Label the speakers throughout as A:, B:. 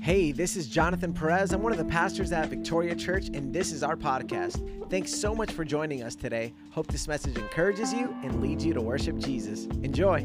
A: Hey, this is Jonathan Perez. I'm one of the pastors at Victoria Church, and this is our podcast. Thanks so much for joining us today. Hope this message encourages you and leads you to worship Jesus. Enjoy.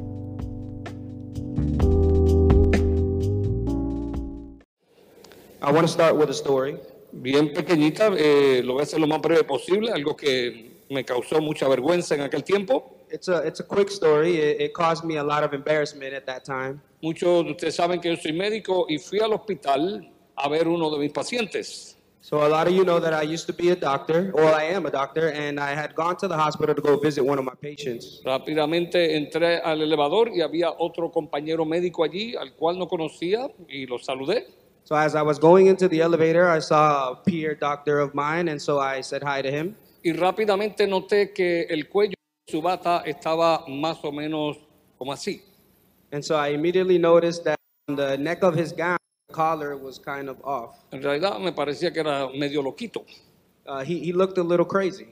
B: I want to start with a story.
C: bien pequeñita, eh, lo voy a hacer lo más breve posible, algo que me causó mucha vergüenza en aquel tiempo.
B: It's a it's a quick story. It, it caused me a lot of embarrassment at that time.
C: Muchos de ustedes saben que yo soy médico y fui al hospital a ver uno de mis pacientes.
B: So a lot of you know that I used to be a doctor, or I am a doctor, and I had gone to the hospital to go visit one of my patients.
C: Rápidamente entré al elevador y había otro compañero médico allí al cual no conocía y lo saludé.
B: So as I was going into the elevator, I saw a peer doctor of mine, and so I said hi to him.
C: Y rápidamente noté que el cuello de su bata estaba más o menos como así.
B: And so I immediately noticed that on the neck of his gown, the collar was kind of off.
C: En realidad me parecía que era medio loquito.
B: Uh, he, he looked a little crazy.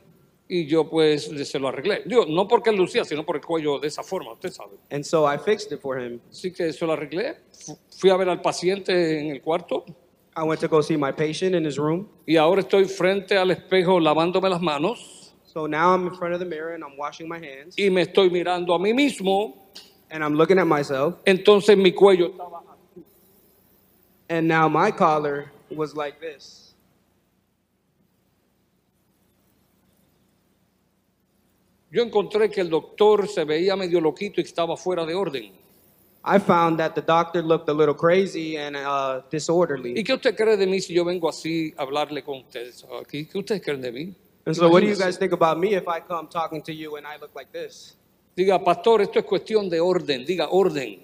C: Y yo pues se lo arreglé. Digo, no porque lucía, sino por el cuello de esa forma, usted sabe.
B: And so I fixed it for him.
C: Así que se lo arreglé. Fu- Fui a ver al paciente en el cuarto
B: I went to go see my patient in his room.
C: y ahora estoy frente al espejo lavándome las manos
B: So now I'm in front of the mirror and I'm washing my hands
C: y me estoy mirando a mí mismo.
B: and I'm looking at myself.
C: Entonces mi cuello estaba...
B: And now my collar was like this.
C: Yo encontré que el doctor se veía medio loquito y estaba fuera de orden.
B: I found that the doctor looked a little crazy and uh,
C: ¿Y
B: disorderly.
C: qué usted cree de mí si yo vengo así a hablarle con ustedes aquí? ¿Qué ustedes creen de mí?
B: And so, what do you
C: Imagínense.
B: guys think about me if I come talking to you and I look like this?
C: Diga, pastor, esto es cuestión de orden. Diga, orden.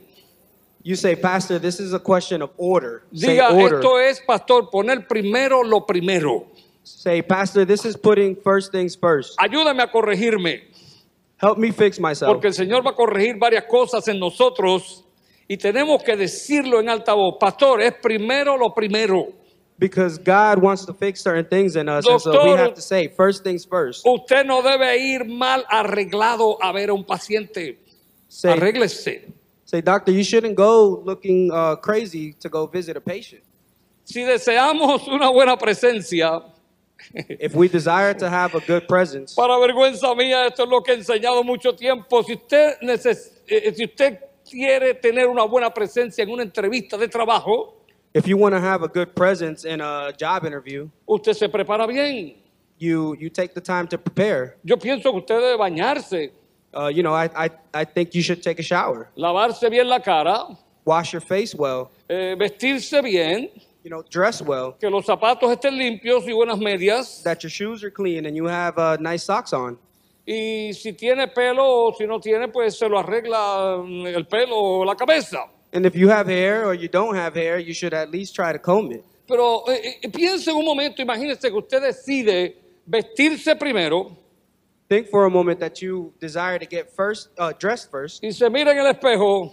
B: You say, Pastor, this is a question of order. Say
C: Diga,
B: order.
C: esto es, pastor, poner primero lo primero.
B: Say, Pastor, this is putting first things first.
C: Ayúdame a corregirme,
B: Help me fix myself.
C: porque el Señor va a corregir varias cosas en nosotros y tenemos que decirlo en alta voz. Pastor, es primero lo primero.
B: Because God wants to fix certain things in us. And so we
C: Doctor- oh,
B: have to say, first things first.
C: Usted no debe ir mal arreglado a ver a un paciente.
B: Say,
C: Arréglese.
B: Say, doctor, you shouldn't go looking uh, crazy to go visit a patient.
C: Si deseamos una buena presencia,
B: If we desire to have a good presence,
C: para vergüenza mía, esto es lo que he enseñado mucho tiempo. Si usted, neces- eh, si usted quiere tener una buena presencia en una entrevista de trabajo,
B: if you want to have a good presence in a job interview,
C: Usted se prepara bien.
B: you you take the time to prepare.
C: Yo pienso que usted debe bañarse,
B: Uh, you know, I, I I think you should take a shower,
C: lavarse bien la cara,
B: wash your face well,
C: eh, vestirse bien,
B: you know, dress well,
C: que los zapatos estén limpios y buenas medias.
B: that your shoes are clean and you have uh, nice socks on.
C: Y si tiene pelo o si no tiene, pues se lo arregla mm, el pelo o la cabeza.
B: And if you have hair or you don't have hair, you should at least try to comb it.
C: Pero eh, eh, piense en un momento, imagínese que usted decide vestirse primero
B: Think for a moment that you desire to get first uh, dressed first,
C: y se mira en el espejo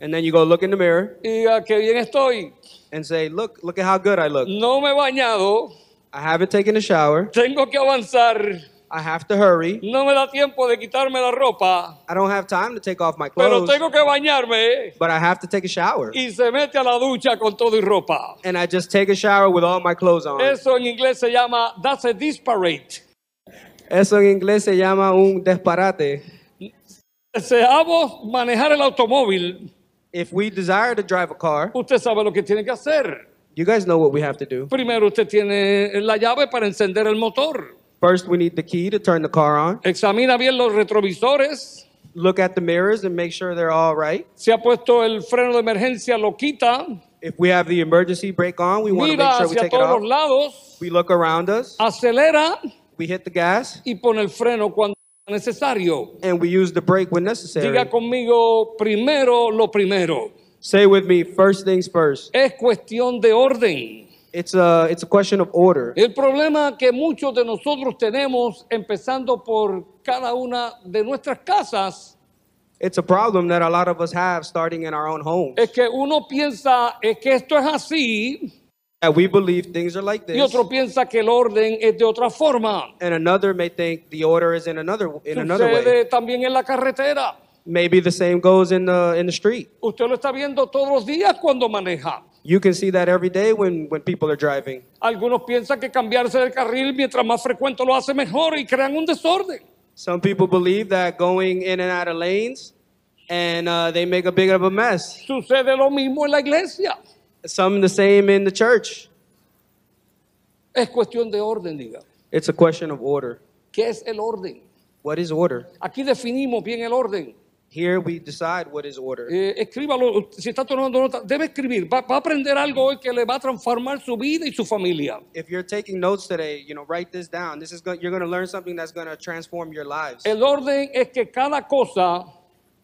B: and then you go look in the mirror
C: y diga, qué bien estoy,
B: and say, look, look at how good I look.
C: no me he bañado,
B: I haven't taken a shower.
C: tengo que avanzar,
B: I have to hurry.
C: no me da tiempo de quitarme la ropa.
B: I don't have time to take off my
C: Pero
B: clothes,
C: tengo que bañarme ¿eh?
B: but I have to take a shower.
C: y se mete a la ducha con todo y ropa.
B: And I just take a shower with all my clothes on.
C: Eso en inglés se llama that's a disparate.
B: Eso en inglés se llama un disparate.
C: Deseamos manejar el automóvil.
B: If we desire to drive a car,
C: Usted sabe lo que tiene que hacer.
B: you guys know what we have to do.
C: Primero usted tiene la llave para encender el motor.
B: First, we need the key to turn the car on.
C: Examina bien los retrovisores.
B: Look at the mirrors and make sure they're all right.
C: Si ha puesto el freno de emergencia, lo quita.
B: If we have the emergency brake on, we want to make
C: Mira
B: sure we
C: hacia
B: take it off.
C: todos los lados.
B: We look around us,
C: Acelera
B: we hit the gas,
C: y pone el freno cuando es necesario.
B: and we use the brake when
C: Diga
B: necessary.
C: conmigo primero lo primero.
B: Say with me, first things first.
C: es cuestión de orden.
B: It's a, it's a question of order.
C: El problema que muchos de nosotros tenemos, empezando por cada una de nuestras casas,
B: It's a problem that a lot of us have starting in our own home.
C: es que uno piensa es que esto es así
B: That we believe things are like
C: y
B: this,
C: otro piensa que el orden es de otra forma.
B: and another may think the order is in another in another way.
C: Sucede también en la carretera.
B: Maybe the same goes in the in the street.
C: Usted lo está viendo todos los días cuando maneja.
B: You can see that every day when, when people are driving.
C: Algunos piensan que cambiarse de carril mientras más frecuente lo hace mejor y crean un desorden.
B: Some people believe that going in and out of lanes and uh, they make a big of a mess.
C: Sucede lo mismo en la iglesia.
B: Some the same in the church.
C: Es cuestión de orden, diga.
B: It's a question of order.
C: ¿Qué es el orden?
B: What is order?
C: Aquí definimos bien el orden.
B: Here we decide what is order.
C: Eh, escríbalo, si está tomando nota, debe escribir. Va, va a aprender algo hoy que le va a transformar su vida y su familia.
B: If you're taking notes today, you know, write this down. This is go- you're going to learn something that's going to transform your lives.
C: El orden es que cada cosa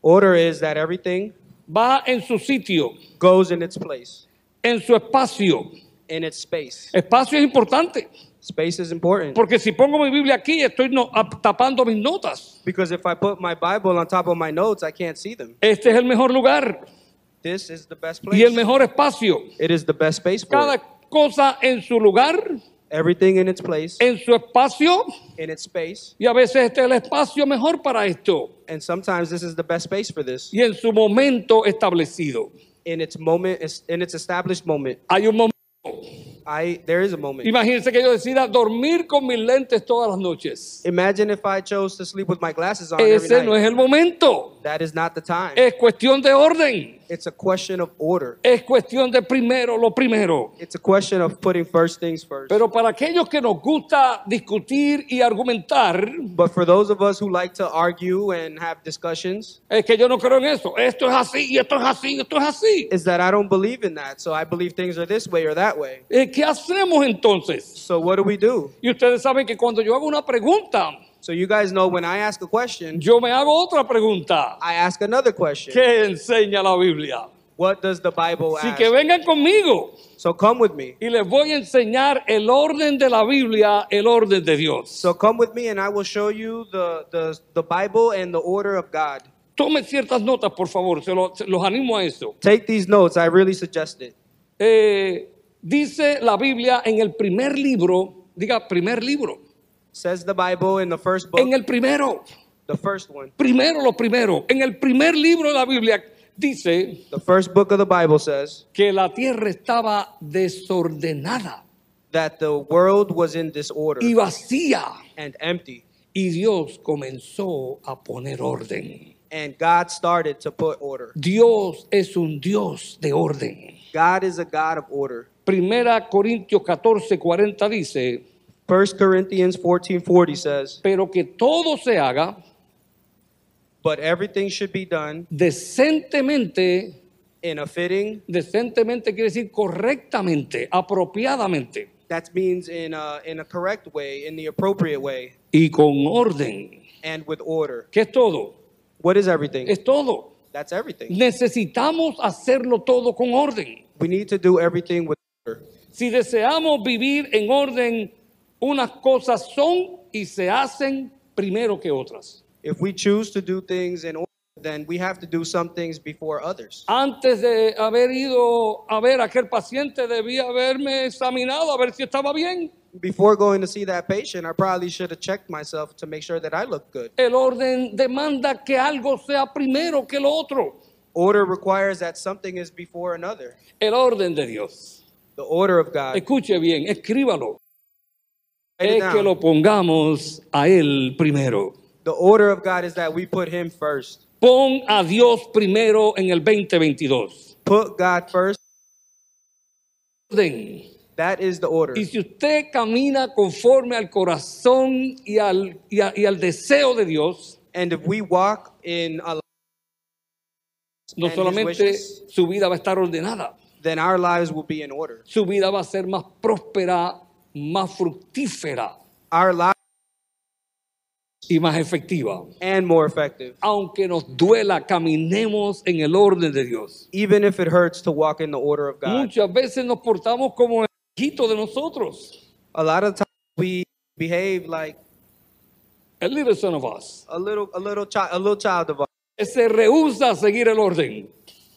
B: Order is that everything
C: va en su sitio,
B: goes in its place,
C: en su espacio.
B: in its space.
C: Espacio es importante,
B: Space is important
C: porque si pongo mi Biblia aquí, estoy no- ap- tapando mis notas.
B: because if I put my Bible on top of my notes, I can't see them.
C: Este es el mejor lugar
B: This is the best
C: y el
B: place.
C: mejor espacio.
B: It is the best space for
C: Cada
B: it.
C: cosa en su lugar,
B: Everything in its place,
C: en su espacio,
B: in its space,
C: y a veces este es el espacio mejor para esto
B: and sometimes this is the best space for this.
C: y en su momento establecido.
B: In its moment, it's- in its established moment.
C: Hay un momento.
B: I there is a moment.
C: Imagínense que yo decida dormir con mis lentes todas las noches.
B: Imagine if I chose to sleep with my glasses on every
C: Ese no
B: night.
C: es Eh el momento.
B: That is not the time.
C: Es cuestión de orden.
B: It's a question of order.
C: Es cuestión de primero lo primero.
B: It's a question of putting first things first.
C: Pero para aquellos que nos gusta discutir y argumentar,
B: But for those of us who like to argue and have discussions,
C: es que yo no creo en eso. Esto es así, y esto es así, y esto es así.
B: is that I don't believe in that. So I believe things are this way or that way.
C: Eh, ¿Qué hacemos entonces?
B: So what do we do?
C: Y ustedes saben que cuando yo hago una pregunta,
B: So you guys know when I ask a question,
C: yo me hago otra pregunta.
B: I ask another question.
C: ¿Qué enseña la Biblia?
B: What does the Bible
C: Así
B: ask?
C: que vengan conmigo
B: So come with me.
C: y les voy a enseñar el orden de la Biblia, el orden de Dios.
B: So come with me and I will show you the, the, the Bible and the order of God.
C: Tomen ciertas notas, por favor, se lo- se- los animo a eso.
B: Take these notes. I really suggest it.
C: Eh, dice la Biblia en el primer libro, diga primer libro,
B: Says the Bible in the first book,
C: en el primero,
B: the first one.
C: primero lo primero, en el primer libro de la Biblia dice
B: The first book of the Bible says
C: que la tierra estaba desordenada
B: that the world was in disorder
C: y vacía
B: and empty.
C: y Dios comenzó a poner orden.
B: And God started to put order.
C: Dios es un Dios de orden.
B: God is a God of order.
C: Primera Corintios 14, 40 dice,
B: 1 Corinthians 14:40 says,
C: pero que todo se haga
B: "But everything should be done
C: decentemente
B: in a fitting
C: Decentemente quiere decir correctamente, apropiadamente
B: that means in a in a correct way, in the appropriate way,
C: y con orden.
B: and with order."
C: ¿Qué es todo?
B: What is everything?
C: Es todo.
B: That's everything.
C: Necesitamos hacerlo todo con orden.
B: We need to do everything with order.
C: Si deseamos vivir en orden, unas cosas son y se hacen primero que otras.
B: If we choose to do things in order, then we have to do some things before others.
C: Antes de haber ido a ver a aquel paciente, debía haberme examinado a ver si estaba bien.
B: Before going to see that patient, I probably should have checked myself to make sure that I look good.
C: El orden demanda que algo sea primero que lo otro.
B: Order requires that something is before another.
C: El orden de Dios.
B: The order of God.
C: Escuche bien, escríbalo.
B: Write it
C: Es que
B: down.
C: lo pongamos a Él primero.
B: The order of God is that we put Him first.
C: Pon a Dios primero en el 2022.
B: Put God first.
C: Orden.
B: That is the order.
C: Y si usted camina conforme al corazón y al, y a- y al deseo de Dios,
B: And if we walk in, a,
C: no
B: And his
C: solamente
B: wishes.
C: su vida va a estar ordenada,
B: then our lives will be in order.
C: su vida va a ser más próspera, más fructífera
B: Our lives
C: y más efectiva.
B: and more effective.
C: Aunque nos duela, caminemos en el orden de Dios.
B: Even if it hurts to walk in the order of God.
C: Muchas veces nos portamos como el hijito de nosotros,
B: A lot of times we behave like
C: el little son of us,
B: a little, a little child, a little child of us.
C: que se rehúsa a seguir el orden.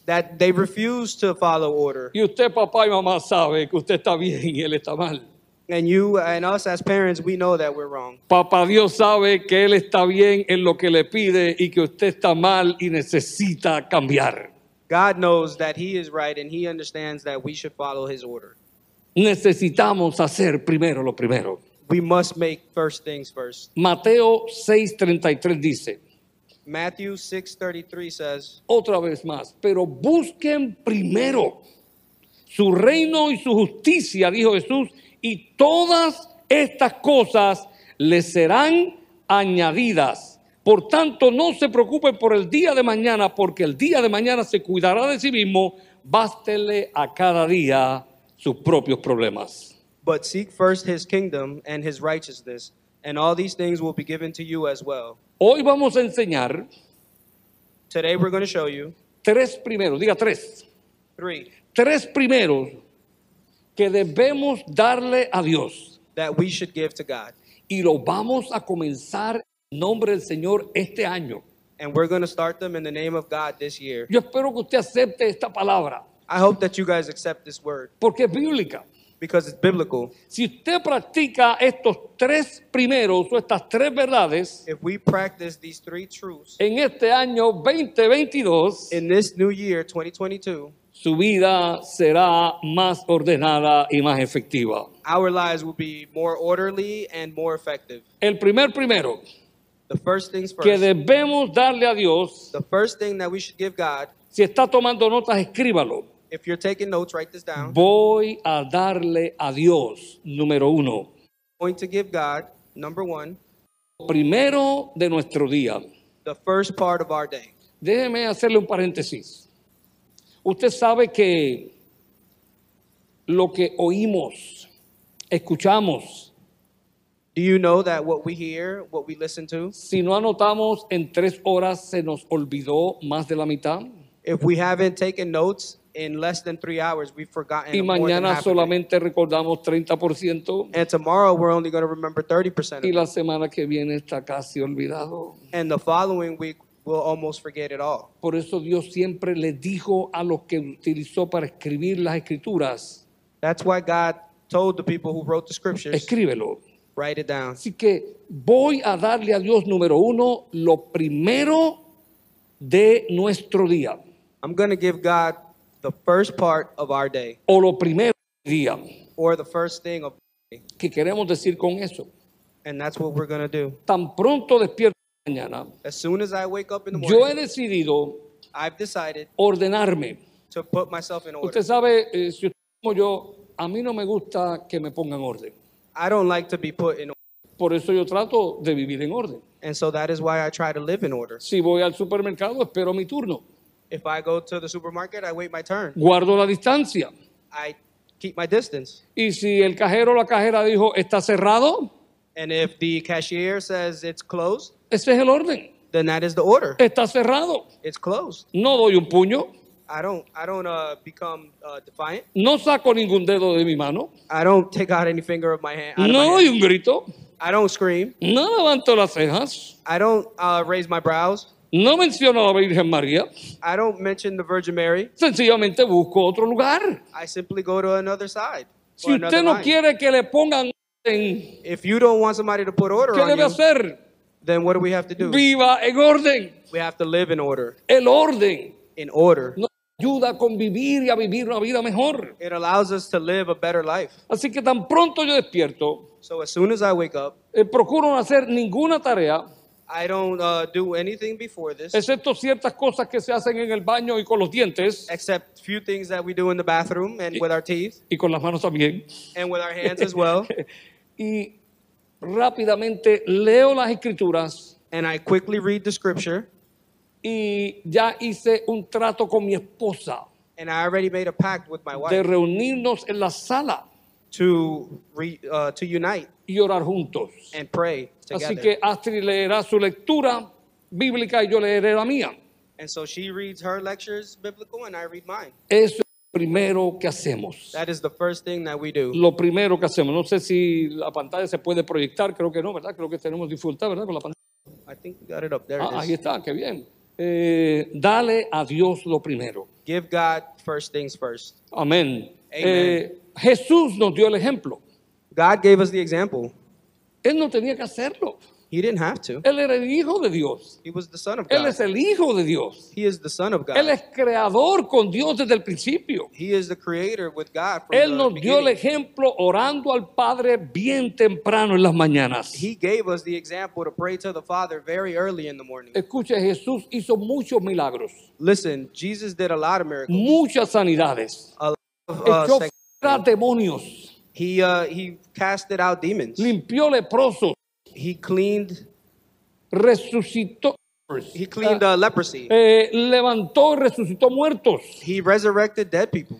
B: That they refuse to follow order.
C: Y usted, papá y mamá, sabe que usted está bien y él está mal.
B: And you and us as parents, we know that we're wrong.
C: Papá Dios sabe que él está bien en lo que le pide y que usted está mal y necesita cambiar.
B: God knows that He is right and He understands that we should follow His order.
C: Necesitamos hacer primero lo primero.
B: We must make first things first.
C: Mateo 6:33 dice,
B: Matthew 6:33 says,
C: otra vez más, pero busquen primero su reino y su justicia, dijo Jesús, y todas estas cosas les serán añadidas. Por tanto, no se preocupen por el día de mañana, porque el día de mañana se cuidará de sí mismo, bástele a cada día sus propios problemas.
B: "But seek first His kingdom and His righteousness, and all these things will be given to you as well."
C: Hoy vamos a enseñar
B: Today we're going to show you
C: tres primeros, diga tres,
B: three
C: tres primeros que debemos darle a Dios.
B: that we should give to God.
C: y lo vamos a comenzar en nombre del Señor este año.
B: And we're going to start them in the name of God this year.
C: Yo espero que usted acepte esta palabra
B: I hope that you guys accept this word
C: porque es bíblica.
B: because it's biblical.
C: Si usted practica estos tres primeros o estas tres verdades
B: If we practice these three truths
C: en este año 2022,
B: in this new year, 2022,
C: su vida será más ordenada y más efectiva.
B: our lives will be more orderly and more effective.
C: El primer primero
B: The first things
C: que
B: first.
C: debemos darle a Dios,
B: The first thing that we should give God,
C: si está tomando notas, escríbalo.
B: if you're taking notes, write this down.
C: Voy a darle a Dios, número uno.
B: Going to give God, number one,
C: primero de nuestro día.
B: the first part of our day.
C: Déjeme hacerle un paréntesis. Usted sabe que lo que oímos, escuchamos,
B: Do you know that what we hear, what we listen to,
C: si no anotamos en tres horas se nos olvidó más de la mitad
B: if we haven't taken notes in less than three hours, we've forgotten
C: y
B: more than
C: mañana
B: half of it.
C: solamente recordamos 30%
B: And tomorrow we're only going to remember 30% of
C: y
B: it.
C: la semana que viene está casi olvidado.
B: And the following week we'll almost forget it all.
C: Por eso Dios siempre le dijo a los que utilizó para escribir las escrituras,
B: That's why God told the people who wrote the scriptures,
C: escríbelo.
B: write it down.
C: Así que voy a darle a Dios número uno lo primero de nuestro día
B: I'm going to give God the first part of our day
C: o lo primero del día.
B: or the first thing of the day.
C: ¿Qué queremos decir con eso?
B: And that's what we're going to do.
C: Tan pronto despierto mañana,
B: As soon as I wake up in the
C: yo eh, he
B: morning,
C: decidido
B: I've decided
C: ordenarme.
B: to put myself in order.
C: Usted sabe, eh, si usted es como yo, a mí no me gusta que me pongan orden.
B: I don't like to be put in order.
C: Por eso yo trato de vivir en orden.
B: And so that is why I try to live in order.
C: Si voy al supermercado, espero mi turno.
B: If I go to the supermarket, I wait my turn.
C: Guardo la distancia.
B: I keep my distance.
C: Y si el cajero o la cajera dijo, está cerrado,
B: And if the cashier says it's closed,
C: ese es el orden.
B: then that is the order.
C: está cerrado.
B: It's closed.
C: No doy un puño,
B: I don't I don't uh, become uh, defiant.
C: no saco ningún dedo de mi mano,
B: I don't take out any finger of my hand. out of my
C: no doy
B: hand.
C: un grito,
B: I don't scream.
C: no levanto las cejas,
B: I don't uh, raise my brows.
C: no menciono a la Virgen María,
B: I don't mention the Virgin Mary.
C: sencillamente busco otro lugar.
B: I simply go to another side.
C: Si
B: or
C: usted
B: another
C: no
B: line.
C: quiere que le pongan orden,
B: if you don't want somebody to put order
C: ¿qué
B: on
C: debe
B: you,
C: hacer?
B: then what do we have to do?
C: Viva en orden.
B: we have to live in order.
C: El orden
B: In order.
C: nos ayuda a convivir y a vivir una vida mejor.
B: It allows us to live a better life.
C: Así que tan pronto yo despierto,
B: So as soon as I wake up,
C: eh, procuro no hacer ninguna tarea,
B: I don't uh, do anything before this.
C: excepto ciertas cosas que se hacen en el baño y con los dientes.
B: except few things that we do in the bathroom and with our teeth
C: y con las manos también.
B: and with our hands as well.
C: Y rápidamente leo las escrituras
B: And I quickly read the scripture,
C: y ya hice un trato con mi esposa
B: and I already made a pact with my
C: de
B: wife
C: reunirnos en la sala
B: to re, uh, to unite
C: y orar juntos.
B: and pray
C: Así
B: together.
C: que Astrid leerá su lectura bíblica y yo leeré la mía.
B: and so she reads her lectures biblical, and I read mine.
C: Eso es lo primero que hacemos.
B: That is the first thing that we do.
C: Lo primero que hacemos. No sé si la pantalla se puede proyectar, creo que no, ¿verdad? Creo que tenemos dificultad, ¿verdad? Con la pantalla.
B: I think we got it up there.
C: Ah,
B: it
C: ahí
B: is.
C: está, qué bien. Eh, dale a Dios lo primero.
B: Give God first things first.
C: Amén.
B: Amen.
C: Eh, Jesús nos dio el ejemplo.
B: God gave us the example.
C: Él no tenía que hacerlo.
B: He didn't have to.
C: Él era el hijo de Dios.
B: He was the son of
C: Él
B: God.
C: es el hijo de Dios.
B: He is the son of
C: Él
B: God.
C: es creador con Dios desde el principio.
B: He is the creator with God from
C: Él
B: the
C: nos dio el
B: beginning.
C: ejemplo orando al Padre bien temprano en las mañanas.
B: He gave us the example to pray to the Father very early in the morning.
C: Escucha, Jesús hizo muchos milagros,
B: Listen, Jesus did a lot of miracles.
C: muchas sanidades.
B: A lot of, uh,
C: Echó
B: sec-
C: fuera demonios,
B: he uh, he casted out demons.
C: limpió leprosos,
B: He cleaned
C: resucitó,
B: he cleaned
C: Ah.
B: uh, leprosy.
C: eh, levantó y resucitó muertos,
B: He resurrected dead people.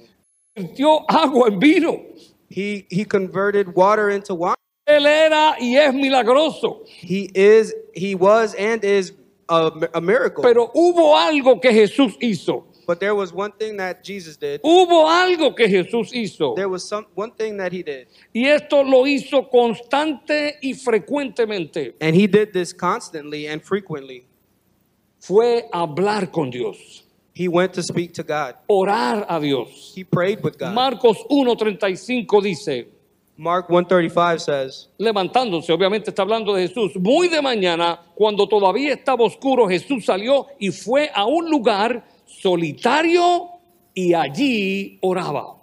C: convirtió agua en vino.
B: He he converted water into wine.
C: Él era y es milagroso,
B: He is he was and is a, mi- a miracle.
C: pero hubo algo que Jesús hizo.
B: but there was one thing that Jesus did.
C: Hubo algo que Jesús hizo.
B: There was some one thing that he did.
C: Y esto lo hizo constante y frecuentemente.
B: And he did this constantly and frequently.
C: Fue hablar con Dios,
B: He went to speak to God.
C: orar a Dios.
B: He prayed with God.
C: Marcos 1.35 dice,
B: Mark 135 says,
C: levantándose, obviamente está hablando de Jesús, muy de mañana, cuando todavía estaba oscuro, Jesús salió y fue a un lugar solitario y allí oraba.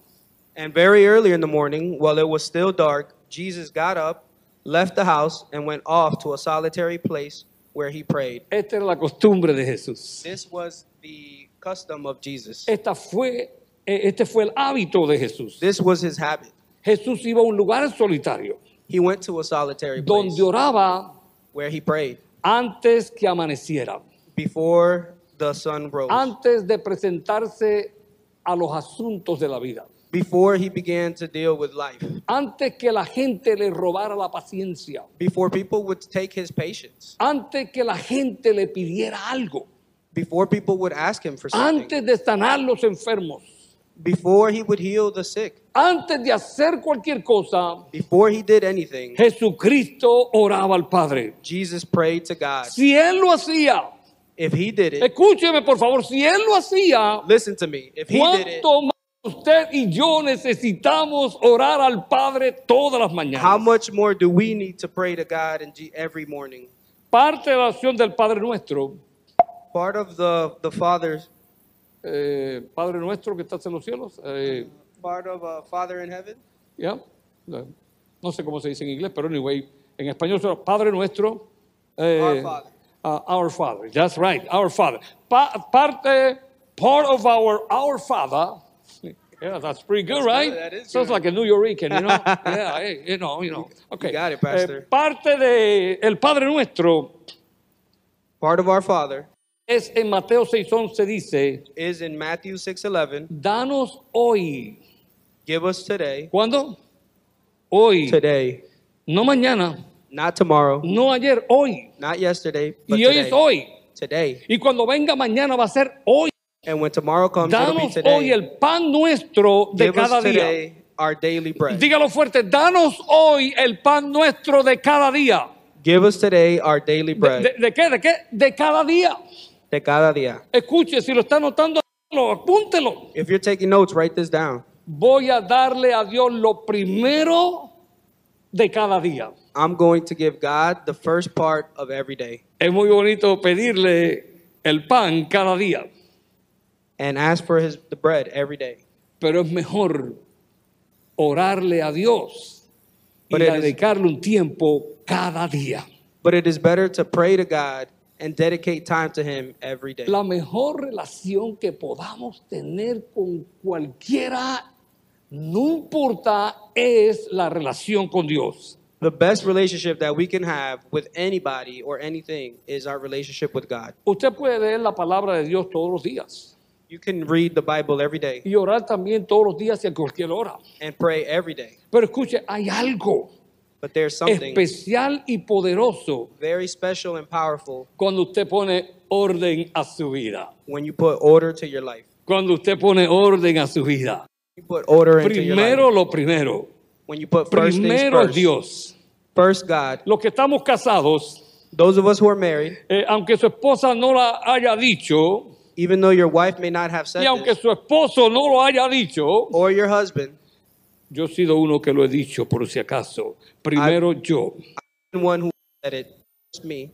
B: And very early in the morning, while it was still dark, Jesus got up, left the house, and went off to a solitary place where he prayed.
C: Esta era la costumbre de Jesús.
B: This was the custom of Jesus.
C: Esta fue, eh, este fue el hábito de Jesús.
B: This was his habit.
C: Jesús iba a un lugar solitario
B: He went to a solitary place
C: donde oraba
B: where he prayed
C: antes que amaneciera,
B: before the sun rose,
C: antes de presentarse a los asuntos de la vida,
B: before he began to deal with life,
C: antes que la gente le robara la paciencia,
B: before people would take his patience,
C: antes que la gente le pidiera algo,
B: before people would ask him for something,
C: antes de sanar los enfermos,
B: before he would heal the sick,
C: antes de hacer cualquier cosa,
B: before he did anything.
C: Jesucristo oraba al Padre.
B: Jesus prayed to God.
C: Si Él lo hacía,
B: If he did it,
C: escúcheme por favor, si Él lo hacía,
B: listen to me. If he did it,
C: ¿Cuánto más usted y yo necesitamos orar al Padre todas las
B: how
C: mañanas?
B: much more do we need to pray to God and G- every morning?
C: Parte de la oración del Padre Nuestro,
B: Part of the the Father's
C: eh, Padre Nuestro que estás en los cielos, eh,
B: part of a Father in heaven.
C: ya, eh, no sé cómo se dice en inglés, pero anyway, en español es Padre Nuestro. eh,
B: Our Father.
C: ah, our Father, that's right, Our Father. Pa- parte, part of our Our Father. Yeah, that's pretty good, right?
B: good, that is
C: Sounds
B: good.
C: like a New Yorker, you know? yeah, hey, you know, you know. Okay.
B: got it,
C: Eh,
B: Pastor.
C: parte de el Padre Nuestro
B: Part of our Father
C: es en Mateo 6:11 dice,
B: is in Matthew 6:11.
C: danos hoy.
B: Give us today,
C: ¿Cuándo? Hoy.
B: today,
C: No mañana,
B: not tomorrow,
C: no ayer, hoy.
B: not yesterday, but
C: Mm. Y hoy es
B: today.
C: hoy.
B: Today.
C: Y cuando venga mañana va a ser hoy.
B: And when tomorrow comes, it'll be
C: Danos hoy
B: today.
C: el pan nuestro de
B: Give
C: cada
B: us
C: día.
B: today our daily bread.
C: Dígalo fuerte, danos hoy el pan nuestro de cada día.
B: Give us today our daily
C: ¿De, de-
B: bread.
C: de qué? ¿De qué? De cada día.
B: De cada día.
C: Escuche, si lo está anotando, apúntelo.
B: If you're taking notes, write this down.
C: Voy a darle a Dios lo primero de cada día.
B: I'm going to give God the first part of every day
C: Es muy bonito pedirle el pan cada día,
B: and ask for his the bread every day.
C: pero es mejor orarle a Dios y
B: But it is-
C: dedicarle un tiempo cada día.
B: But it is better to pray to God and dedicate time to him every day.
C: La mejor relación que podamos tener con cualquiera, no importa, es la relación con Dios.
B: The best relationship that we can have with anybody or anything is our relationship with God.
C: Usted puede leer la palabra de Dios todos los días
B: You can read the Bible every day
C: y orar también todos los días y a cualquier hora.
B: and pray every day.
C: Pero escuche, hay algo
B: But there's something
C: especial y poderoso
B: very special and powerful
C: cuando usted pone orden a su vida.
B: when you put order to your life.
C: Cuando usted pone orden a su vida.
B: You put order into your
C: Primero
B: life.
C: lo primero.
B: When you put first things
C: Primero es
B: first.
C: Dios.
B: First God.
C: Los que estamos casados,
B: Those of us who are married,
C: eh, aunque su esposa no la haya dicho,
B: even though your wife may not have said
C: y aunque
B: this,
C: su esposo no lo haya dicho,
B: or your husband,
C: yo he
B: Ah,
C: sido uno que lo he dicho por si acaso. Primero yo.
B: and one who said it. me.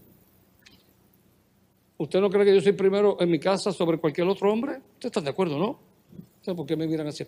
C: ¿Usted no cree que yo soy primero en mi casa sobre cualquier otro hombre? ¿Usted está de acuerdo, no? ¿Usted por qué me miran así?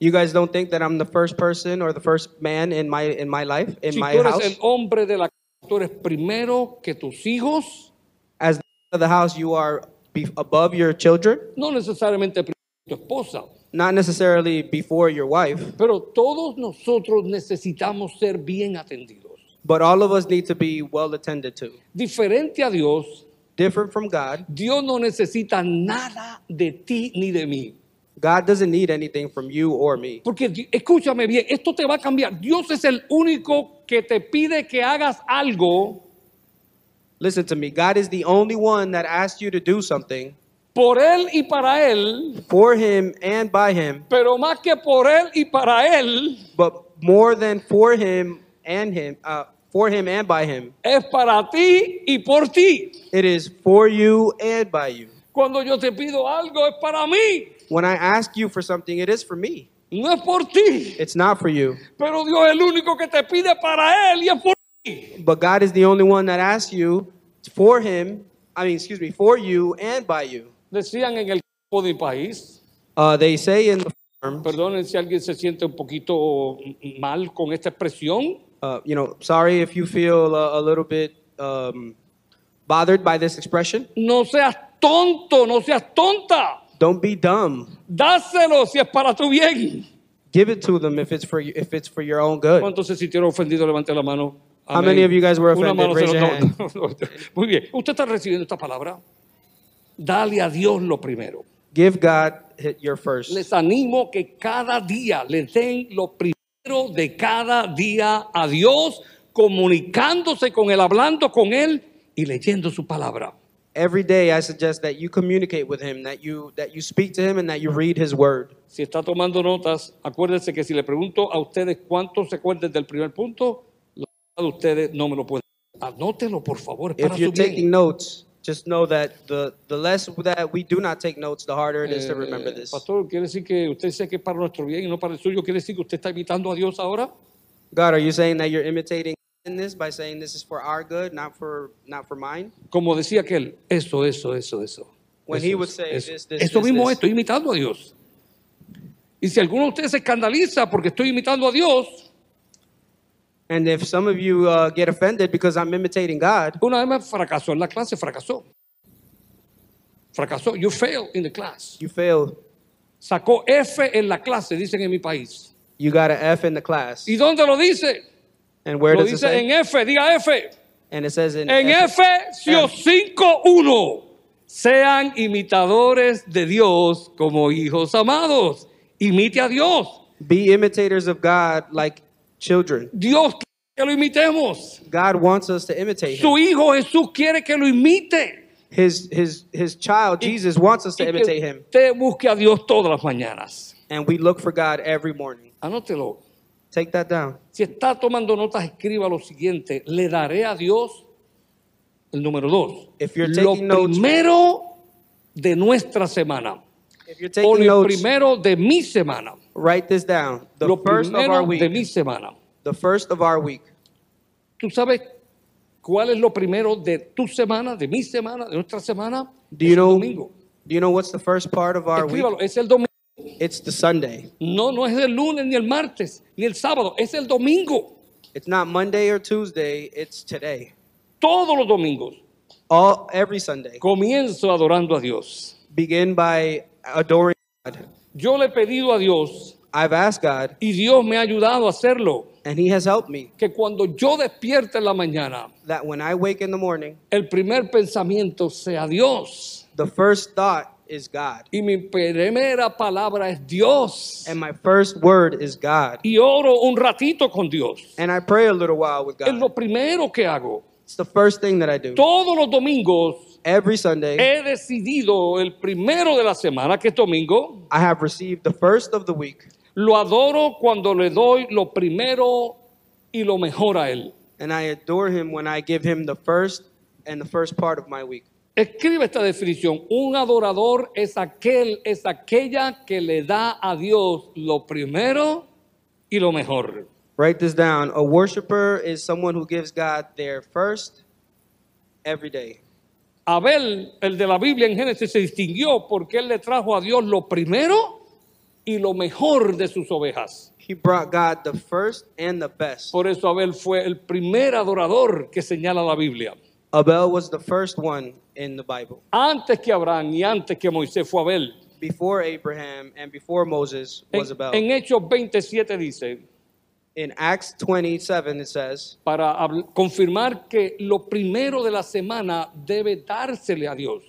B: You guys don't think that I'm the first person or the first man in my in my life in
C: si
B: my
C: tú eres
B: house?
C: el hombre de la casa, tú eres primero que tus hijos,
B: As the the house, you are be- above your children,
C: no necesariamente primero que tu esposa,
B: not necessarily before your wife.
C: pero todos nosotros necesitamos ser bien atendidos.
B: But all of us need to be well attended to.
C: Diferente a Dios,
B: Different from God,
C: Dios no necesita nada de ti ni de mí.
B: God doesn't need anything from you or me.
C: Porque di- escúchame bien, esto te va a cambiar. Dios es el único que te pide que hagas algo
B: Listen to me. God is the only one that asked you to do something
C: por Él y para Él,
B: for him and by him,
C: pero más que por Él y para Él,
B: but more than for him and him, uh, for him and by him.
C: es para ti y por ti.
B: It is for you and by you.
C: Cuando yo te pido algo es para mí,
B: When I ask you for something, it is for me.
C: no es por ti.
B: It's not for you.
C: Pero Dios es el único que te pide para Él y es por ti.
B: But God is the only one that asks you for him, I mean, excuse me, for you and by you.
C: Decían en el campo de mi país,
B: Uh, they say in the farm,
C: perdonen si alguien se siente un poquito mal con esta expresión,
B: uh, you know, sorry if you feel uh, a little bit um, bothered by this expression.
C: no seas tonto, no seas tonta.
B: Don't be dumb.
C: Dáselo si es para tu bien.
B: Give it to them if it's for you, if it's for your own good.
C: ¿Cuántos se sintieron ofendidos? Levanten la mano.
B: How many of you guys were
C: Una
B: offended?
C: mano
B: Raise
C: se
B: your
C: levantó. Muy bien. ¿Usted está recibiendo esta palabra? Dale a Dios lo primero.
B: Give God hit your first.
C: Les animo que cada día le den lo primero de cada día a Dios, comunicándose con Él, hablando con Él y leyendo su palabra.
B: Every day, I suggest that you communicate with Him, that you that you speak to Him, and that you read His Word.
C: Si está tomando notas, acuérdense que si le pregunto a ustedes cuántos se acuerdan del primer punto, la mitad de ustedes no me lo pueden. Anótelo, por favor, es para
B: If you're
C: su bien.
B: taking notes, just know that the the less that we do not take notes, the harder it is to remember
C: Eh,
B: this.
C: Pastor, quiere decir que usted dice que es para nuestro bien y no para el suyo. Quiere decir que usted está imitando a Dios ahora.
B: God, are you saying that you're imitating in this by saying this is for our good, not for not for mine?
C: Como decía aquel, eso, eso, eso, eso.
B: When
C: Eso,
B: he would
C: eso,
B: say
C: eso.
B: this, this,
C: Eso
B: this,
C: mismo
B: this.
C: estoy imitando a Dios. Y si alguno de ustedes se escandaliza porque estoy imitando a Dios,
B: And if some of you uh, get offended because I'm imitating God,
C: una vez más fracasó en la clase, fracasó. Fracasó. You fail in the class.
B: you failed.
C: Sacó F en la clase, dicen en mi país.
B: You got an F in the class.
C: ¿Y dónde lo dice?
B: And where
C: lo
B: does it
C: dice en
B: say?
C: F, diga F.
B: And it says in
C: En
B: F- Em.
C: Efesios 5:1, sean imitadores de Dios como hijos amados. Imite a Dios.
B: Be imitators of God like children.
C: Dios quiere que lo imitemos.
B: God wants us to imitate him.
C: Su hijo Jesús quiere que lo imite.
B: His his his child Jesus wants us to
C: Y que
B: imitate him.
C: Usted busque a Dios todas las mañanas.
B: And we look for God every morning.
C: Anótelo.
B: Take that down.
C: Si está tomando notas, escriba lo siguiente. Le daré a Dios el número dos.
B: If you're
C: lo
B: taking notes-
C: primero de nuestra semana.
B: If you're
C: O
B: taking
C: lo
B: notes,
C: primero de mi semana.
B: write this down. The
C: lo
B: first of our
C: primero de mi
B: week.
C: semana.
B: The first of our week.
C: ¿Tú sabes cuál es lo primero de tu semana, de mi semana, de nuestra semana?
B: Do you
C: es el
B: know?
C: domingo.
B: Do you know what's the first part of our week?
C: Escríbalo, es el domingo.
B: It's the Sunday.
C: No, no es el lunes, ni el martes, ni el sábado, es el domingo.
B: It's not Monday or Tuesday. It's today.
C: Todos los domingos
B: All every Sunday.
C: comienzo adorando a Dios.
B: Begin by adoring God.
C: Yo le he pedido a Dios,
B: I've asked God,
C: y Dios me ha ayudado a hacerlo,
B: and He has helped me.
C: que cuando yo despierte en la mañana,
B: That when I wake in the morning,
C: el primer pensamiento sea Dios.
B: the first thought is God,
C: Y mi primera palabra es Dios.
B: and my first word is God,
C: Y oro un ratito con Dios.
B: and I pray a little while with
C: Es
B: God.
C: lo primero que hago.
B: It's the first thing that I do
C: Todos los domingos
B: every Sunday.
C: he decidido el primero de la semana, que es domingo,
B: I have received the first of the week,
C: lo adoro cuando le doy lo primero y lo mejor a él.
B: and I adore Him when I give Him the first and the first part of my week.
C: Escribe esta definición. Un adorador es aquel, es aquella que le da a Dios lo primero y lo mejor.
B: Write this down. A worshiper is someone who gives God their first every day.
C: Abel, el de la Biblia en Génesis, se distinguió porque él le trajo a Dios lo primero y lo mejor de sus ovejas.
B: He brought God the first and the best.
C: Por eso Abel fue el primer adorador que señala la Biblia.
B: Abel was the first one in the Bible.
C: Antes que Abraham y antes que Moisés fue Abel.
B: Before Abraham and before Moses
C: En,
B: was Abel.
C: en Hechos 27 dice,
B: In Acts 27, it says,
C: para habl- confirmar que lo primero de la semana debe dársele a Dios.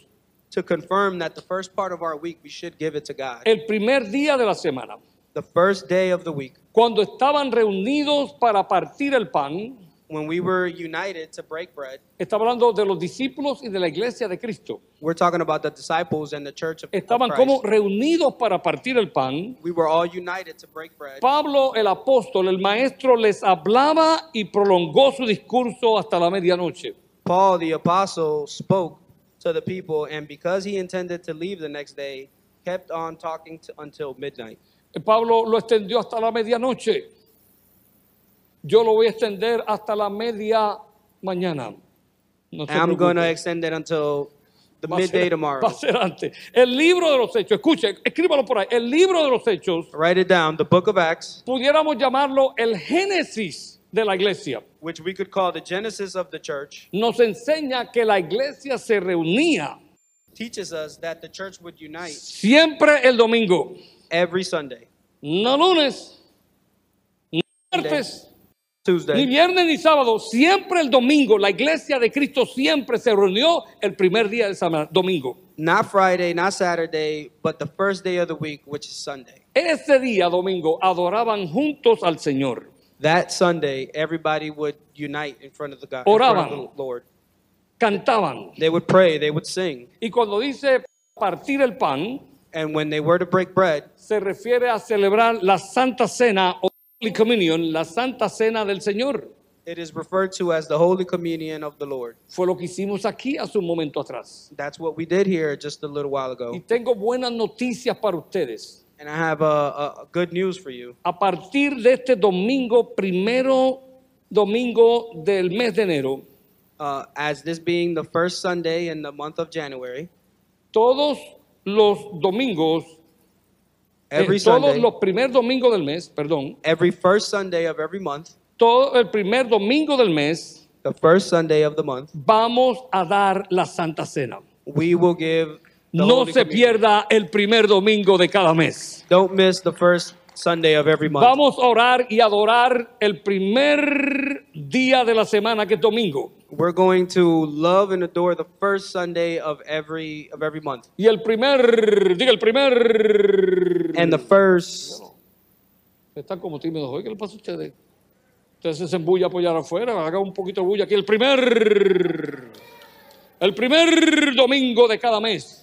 B: to confirm that the first part of our week, we should give it to God.
C: El primer día de la semana,
B: The first day of the week,
C: cuando estaban reunidos para partir el pan,
B: when we were united to break bread,
C: está hablando de los discípulos y de la iglesia de Cristo.
B: we're talking about the disciples and the church of, of
C: Estaban
B: Christ.
C: como reunidos para partir el pan.
B: We were all united to break bread.
C: Pablo, el apóstol, el maestro, les hablaba y prolongó su discurso hasta la medianoche.
B: Paul the apostle spoke to the people, and because he intended to leave the next day, kept on talking to, until midnight.
C: Eh, Pablo lo extendió hasta la medianoche. Yo lo voy a extender hasta la media mañana. No
B: And
C: se
B: I'm
C: preocupe.
B: going to extend it until the
C: Va a ser-
B: midday
C: va
B: tomorrow.
C: a ser antes. El libro de los hechos, escuche, escríbalo por ahí. El libro de los hechos,
B: Write it down. The book of Acts,
C: pudiéramos llamarlo el génesis de la iglesia.
B: which we could call the Genesis of the church,
C: Nos enseña que la iglesia se reunía
B: teaches us that the church would unite
C: siempre el domingo,
B: every Sunday,
C: no lunes, no martes, ni
B: Tuesday,
C: viernes ni sábado, siempre el domingo. La iglesia de Cristo siempre se reunió el primer día del sábado, domingo.
B: not Friday, not Saturday, but the first day of the week, which is Sunday.
C: Ese día domingo adoraban juntos al Señor.
B: That Sunday, everybody would unite in front of the God, in front of
C: Oraban.
B: the Lord.
C: Cantaban.
B: They would pray, they would sing.
C: Y cuando dice partir el pan,
B: And when they were to break bread,
C: se refiere a celebrar la Santa Cena o Holy Communion, la Santa Cena del Señor.
B: it is referred to as the Holy Communion of the Lord.
C: Fue lo que hicimos aquí hace un momento atrás.
B: That's what we did here just a little while
C: Y
B: ago.
C: tengo buenas noticias para ustedes.
B: And I have uh, uh, good news for you.
C: A partir de este domingo, primero domingo del mes de enero,
B: Uh, as this being the first Sunday in the month of January,
C: todos los domingos, eh,
B: every
C: todos
B: Sunday,
C: los primer domingo del mes, perdón,
B: every first Sunday of every month,
C: todo el primer domingo del mes,
B: the first Sunday of the month,
C: vamos a dar la Santa Cena.
B: we will give the
C: No
B: Holy
C: se
B: Communion.
C: pierda el primer domingo de cada mes.
B: Don't miss the first Sunday of every month.
C: Vamos a orar y adorar el primer día de la semana que es domingo.
B: We're going to love and adore the first Sunday of every of every month.
C: Y el primer, diga el primer.
B: And the first
C: Están como tímidos hoy, ¿qué le pasa a ustedes? Ustedes se hacen bulla por allá afuera, haga un poquito de bulla aquí. El primer, el primer domingo de cada mes.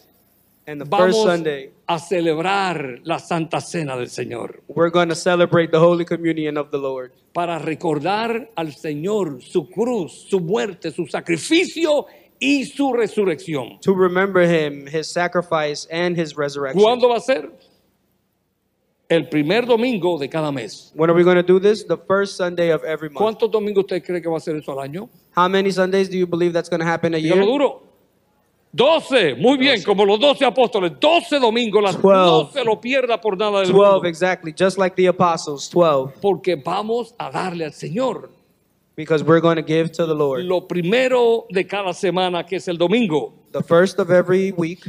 B: and the first
C: Vamos
B: Sunday
C: a celebrar la Santa Cena del Señor
B: we're going to celebrate the Holy Communion of the Lord
C: para recordar al Señor su cruz, su muerte, su sacrificio y su resurrección.
B: to remember Him, His sacrifice, and His resurrection.
C: ¿Cuándo va a ser? El primer domingo de cada mes.
B: When are we going to do this? The first Sunday of every month.
C: ¿Cuántos domingos usted cree que va a ser eso al año?
B: How many Sundays do you believe that's going to happen a
C: Dígalo
B: year?
C: duro. 12, muy bien, como los 12 apóstoles, 12 domingos, las, no
B: 12.
C: se lo pierda por nada del
B: Twelve,
C: mundo,
B: exactly, just like the apostles. Twelve,
C: porque vamos a darle al Señor
B: because we're going to give to the Lord
C: lo primero de cada semana, que es el domingo,
B: the first of every week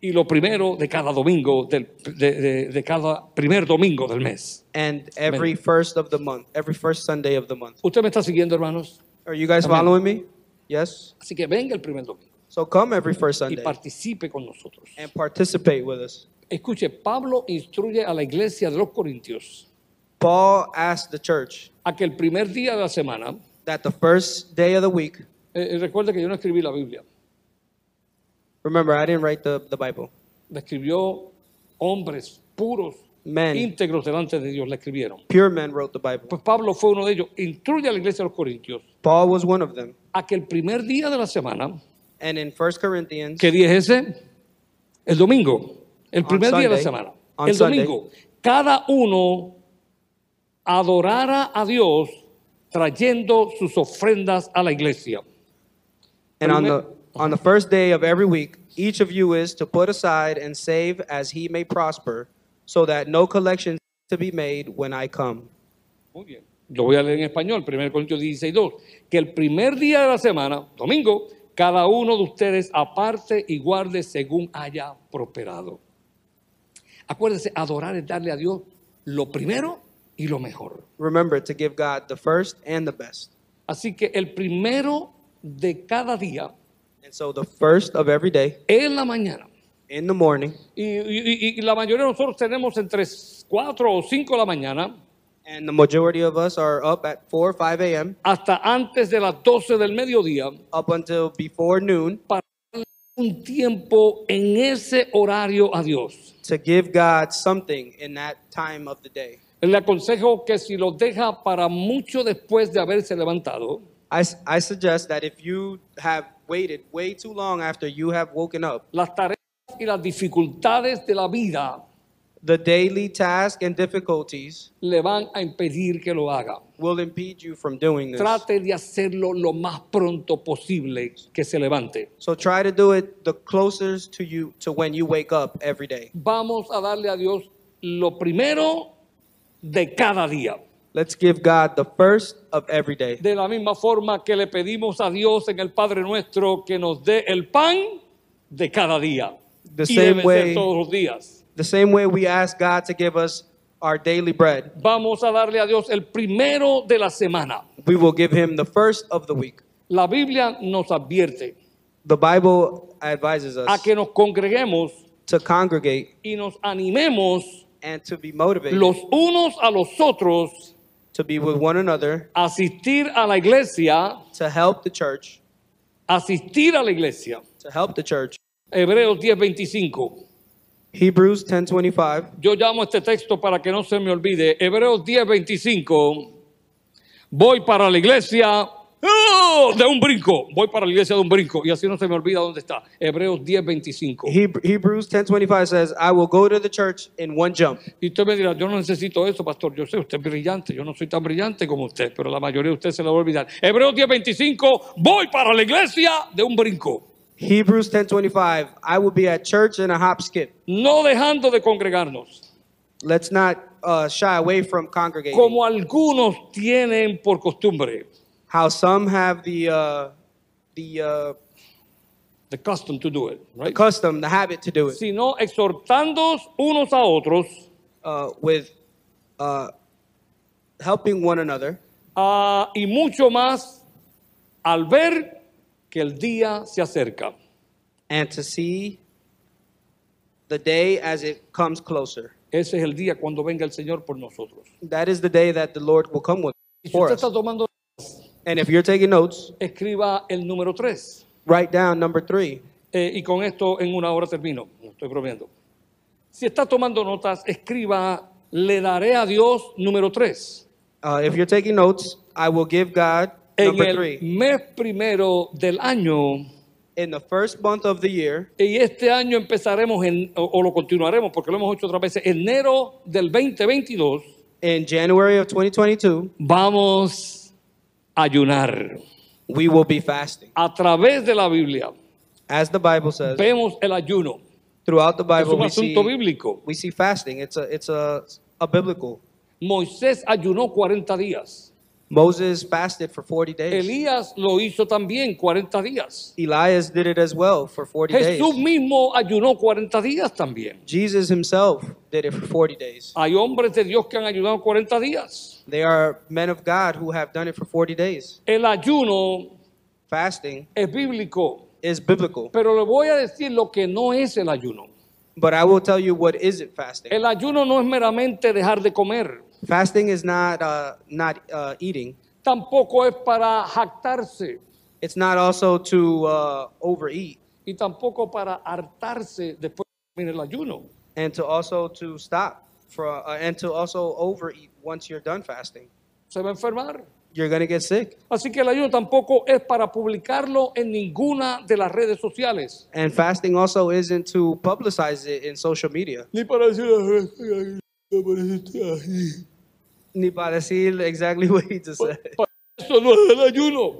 C: y lo primero de cada domingo, del- de, de- de cada primer domingo del mes.
B: and every
C: Amen.
B: first of the month, every first Sunday of the month.
C: ¿Usted me está siguiendo, hermanos?
B: Are you guys
C: Amen.
B: following me? Yes.
C: Así que venga el primer domingo
B: So come every first
C: y
B: Sunday
C: participe con nosotros.
B: and participate with us.
C: Escuche, Pablo instruye a la iglesia de los Corintios
B: Paul asked the church
C: a que el primer día de la semana,
B: that the first day of the week,
C: eh, eh, recuerde que yo no escribí la Biblia,
B: remember, I didn't write the, the Bible.
C: la escribió hombres puros,
B: Men.
C: íntegros delante de Dios, la escribieron.
B: Pure men wrote the Bible.
C: Pues Pablo fue uno de ellos, instruye a la iglesia de los Corintios
B: Paul was one of them.
C: a que el primer día de la semana,
B: And in First Corinthians,
C: ¿qué día es ese? El domingo, el
B: On
C: primer día de la
B: Sunday.
C: semana,
B: On
C: el
B: Sunday.
C: domingo, cada uno adorara a Dios trayendo sus ofrendas a la iglesia.
B: And on the on the first day of every week, each of you is to put aside and save as he may prosper, so that no collection to be made when I come.
C: Muy bien. Lo voy a leer en español, 1 Corintios 16, 2. Que el primer día de la semana, domingo, cada uno de ustedes aparte y guarde según haya prosperado. Acuérdense, adorar es darle a Dios lo primero y lo mejor.
B: Remember to give God the first and the best.
C: Así que el primero de cada día
B: And so the first of every day
C: es la mañana.
B: in the morning,
C: Y, y- y- y la mayoría de nosotros tenemos entre 4 o 5 de la mañana
B: and the majority of us are up at 4 or 5 a.m.
C: hasta antes de las 12 del mediodía
B: up until before noon
C: un tiempo en ese horario a Dios.
B: to give God something in that time of the day.
C: Le aconsejo que si lo deja para mucho después de haberse levantado,
B: I, s- I suggest that if you have waited way too long after you have woken up,
C: las tareas y las dificultades de la vida
B: the daily task and difficulties
C: le van a impedir que lo haga.
B: will impede you from doing this.
C: Trate de hacerlo lo más pronto posible que se levante.
B: So try to do it the closest to you to when you wake up every day.
C: Vamos a darle a Dios lo primero de cada día.
B: Let's give God the first of every day.
C: De la misma forma que le pedimos a Dios en el Padre Nuestro que nos dé el pan de cada día.
B: The
C: y
B: same
C: debe ser
B: way-
C: todos los días.
B: The same way we ask God to give us our daily bread,
C: Vamos a darle a Dios el primero de la semana.
B: we will give him the first of the week.
C: La Biblia nos advierte
B: The Bible advises
C: a
B: us
C: que nos congreguemos
B: to congregate
C: y nos animemos
B: and to be motivated
C: los unos a los otros
B: to be with one another,
C: a asistir a la iglesia,
B: to help the church,
C: asistir a la iglesia.
B: to help the church.
C: Hebreos 10:25.
B: Hebrews 10:25.
C: Yo llamo este texto para que no se me olvide. Hebreos 10:25. Voy para la iglesia ¡oh! de un brinco. Voy para la iglesia de un brinco. Y así no se me olvida dónde está. Hebreos 10:25.
B: Heb- Hebrews 10:25 says, "I will go to the church in one jump."
C: Y usted me dirá, yo no necesito eso, pastor. Yo sé, usted es brillante. Yo no soy tan brillante como usted, pero la mayoría de usted se la va a olvidar. Hebreos 10:25. Voy para la iglesia de un brinco.
B: Hebrews 10:25, "I will be at church in a hop skip."
C: No dejando de congregarnos.
B: Let's not uh, shy away from congregating.
C: Como algunos tienen por costumbre.
B: How some have the uh, the uh,
C: The custom to do it, right?
B: custom, the habit to do it
C: sino exhortándoos unos a otros
B: uh, with uh, helping one another,
C: ah, y mucho más al ver que el día se acerca.
B: and to see the day as it comes closer.
C: Ese es el día cuando venga el Señor por nosotros.
B: That is the day that the Lord will come with
C: Y si
B: for
C: usted
B: us.
C: está tomando,
B: And if you're taking notes,
C: escriba el número 3.
B: write down number three.
C: y con esto en una hora termino. No estoy bromeando. Si está tomando notas, escriba, le daré a Dios número 3.
B: Uh, if you're taking notes, I will give God
C: En
B: number
C: el
B: three.
C: mes primero del año
B: In the first month of the year,
C: Y este año empezaremos, en, o, o lo continuaremos, porque lo hemos hecho otras veces, enero del 2022,
B: in January of 2022,
C: vamos a ayunar
B: we will be fasting.
C: a través de la Biblia.
B: As the Bible says,
C: Vemos el ayuno.
B: throughout the
C: Es
B: Bible,
C: un
B: we
C: asunto
B: see,
C: bíblico.
B: we see fasting. It's a, it's a, a biblical.
C: Moisés ayunó 40 días.
B: Moses fasted for 40 days.
C: Elías lo hizo también 40 días.
B: Elias did it as well for 40
C: Jesús
B: days.
C: mismo ayunó 40 días también.
B: Jesus himself did it for 40 days.
C: Hay hombres de Dios que han ayunado 40 días.
B: They are men of God who have done it for 40 days.
C: El ayuno
B: Fasting
C: es bíblico,
B: is biblical.
C: pero le voy a decir lo que no es el ayuno.
B: But I will tell you what isn't fasting.
C: El ayuno no es meramente dejar de comer,
B: Fasting is not uh, not uh, eating.
C: tampoco es para jactarse
B: It's not also to uh, overeat
C: y tampoco para hartarse después de terminar el ayuno.
B: and to also to stop for uh, and to also overeat once you're done fasting.
C: Se va a enfermar.
B: You're gonna get sick.
C: Así que el ayuno tampoco es para publicarlo en ninguna de las redes sociales.
B: And fasting also isn't to publicize it in social media.
C: Ni para decir, "Ay, ay, ay, me pareciste ahí".
B: Ni para decir exactly what he just said.
C: Para Eso no es el ayuno.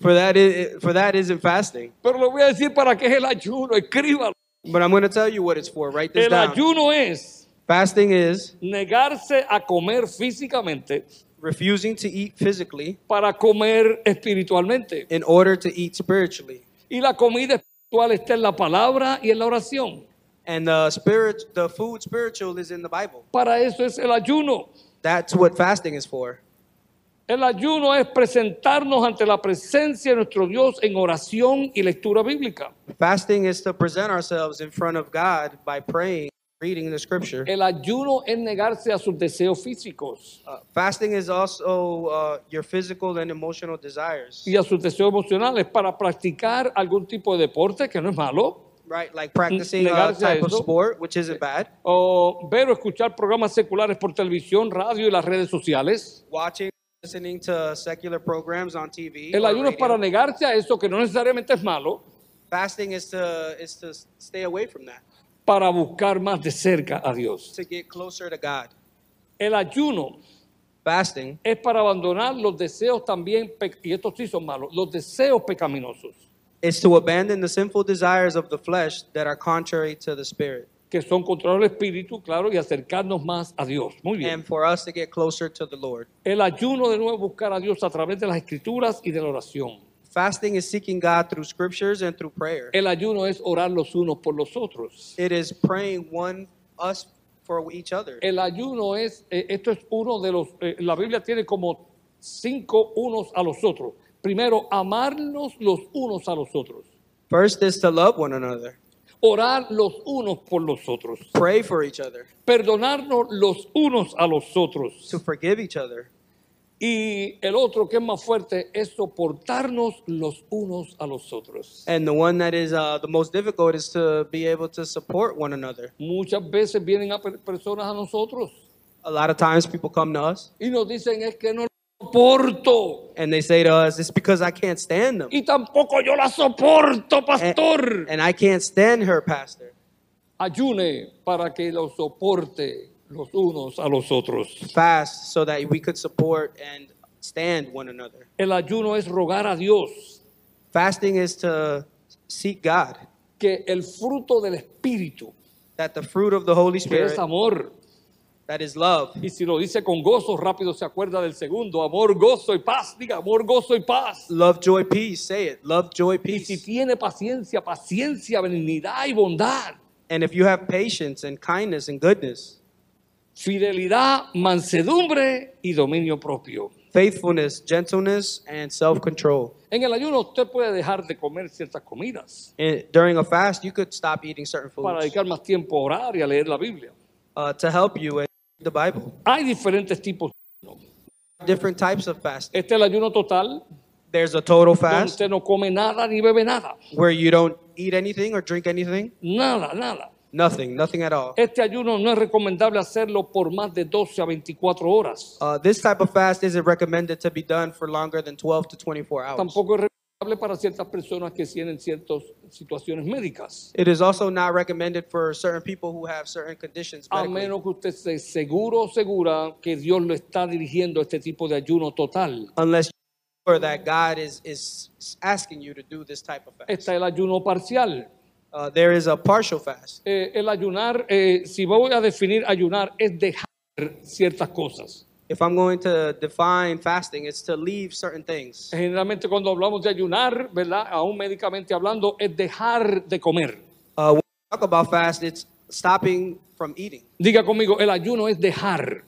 B: For that is for that isn't fasting.
C: Pero le voy a decir para qué es el ayuno. Escríbalo.
B: But I'm going to tell you what it's for. Write this
C: El
B: down.
C: ayuno es
B: Fasting is
C: negarse a comer físicamente
B: refusing to eat physically
C: para comer espiritualmente.
B: in order to eat spiritually.
C: Y la comida espiritual está en la palabra y en la oración.
B: And the spirit the food spiritual is in the Bible.
C: Para eso es el ayuno.
B: That's what fasting is for.
C: El ayuno es presentarnos ante la presencia de nuestro Dios en oración y lectura bíblica.
B: Fasting is to present ourselves in front of God by praying, reading the scripture.
C: El ayuno es negarse a sus deseos físicos
B: Uh, fasting is also uh, your physical and emotional desires,
C: y a sus deseos emocionales para practicar algún tipo de deporte que no es malo,
B: right? Like practicing a
C: Negarse a
B: type of
C: eso.
B: sport, which isn't bad,
C: o ver o escuchar programas seculares por televisión, radio y las redes sociales.
B: watching, listening to secular programs on TV.
C: El
B: or
C: ayuno es
B: radio.
C: para negarse a eso que no necesariamente es malo,
B: Fasting is to is to stay away from that,
C: para buscar más de cerca a Dios.
B: to get closer to God.
C: El ayuno
B: Fasting
C: es para abandonar los deseos también, pe- y estos sí son malos, los deseos pecaminosos,
B: is to abandon the sinful desires of the flesh that are contrary to the spirit,
C: que son controlar el espíritu, claro, y acercarnos más a Dios. Muy bien.
B: and for us to get closer to the Lord.
C: El ayuno de nuevo es buscar a Dios a través de las escrituras y de la oración.
B: Fasting is seeking God through scriptures and through prayer.
C: El ayuno es orar los unos por los otros.
B: It is praying one us for each other.
C: El ayuno es, eh, esto es uno de los, eh, la Biblia tiene como cinco unos a los otros. Primero, amarnos los unos a los otros.
B: First is to love one another,
C: Orar los unos por los otros.
B: pray for each other,
C: Perdonarnos los unos a los otros.
B: to forgive each other,
C: Y el otro que es más fuerte es soportarnos los unos a los otros.
B: and the one that is uh, the most difficult is to be able to support one another.
C: Muchas veces vienen a per- personas a nosotros
B: A lot of times people come to us
C: y nos dicen es que no la soporto
B: and they say to us, "It's because I can't stand them,
C: y tampoco yo la soporto,
B: and,
C: pastor.
B: and I can't stand her, pastor."
C: Ayune para que lo soporte los unos a los otros.
B: Fast so that we could support and stand one another.
C: El ayuno es rogar a Dios
B: Fasting is to seek God,
C: que el fruto del espíritu,
B: that the fruit of the Holy
C: que
B: Spirit,
C: es amor,
B: that is love,
C: y si lo dice con gozo, rápido se acuerda del segundo, amor, gozo y paz, diga amor, gozo y paz.
B: love, joy, peace. Say it, love, joy,
C: Y si
B: peace.
C: tiene paciencia, paciencia, benignidad y bondad,
B: And if you have patience and kindness and goodness,
C: fidelidad, mansedumbre y dominio propio.
B: faithfulness, gentleness, and self control.
C: En el ayuno usted puede dejar de comer ciertas comidas
B: During a fast, you could stop eating certain
C: para
B: foods
C: dedicar más tiempo a orar y a leer la Biblia.
B: uh, to help you and the Bible.
C: Hay diferentes tipos. de ayuno.
B: Different types of fasting.
C: Este es el ayuno total,
B: There's a total
C: donde
B: fast
C: usted no come nada ni bebe nada.
B: where you don't eat anything or drink anything,
C: Nada, nada.
B: nothing, nothing at all.
C: Este ayuno no es recomendable hacerlo por más de 12 a 24 horas.
B: Uh, this type of fast isn't recommended to be done for longer than 12 to 24 hours.
C: Tampoco es recomendable para ciertas personas que tienen ciertas situaciones médicas.
B: It is also not recommended for certain people who have certain conditions.
C: A
B: medically.
C: menos que usted esté seguro o segura que Dios lo está dirigiendo a este tipo de ayuno total.
B: unless you're sure that God is is asking you to do this type of fast.
C: Está el ayuno parcial.
B: Uh, there is a partial fast.
C: Eh, el ayunar, eh, si voy a definir ayunar, es dejar ciertas cosas.
B: If I'm going to define fasting, it's to leave certain things.
C: Eh. Generalmente cuando hablamos de ayunar, ¿verdad? Aún médicamente hablando, es dejar de comer.
B: Uh, when we talk about fast, it's stopping from eating.
C: Diga conmigo, el ayuno es dejar.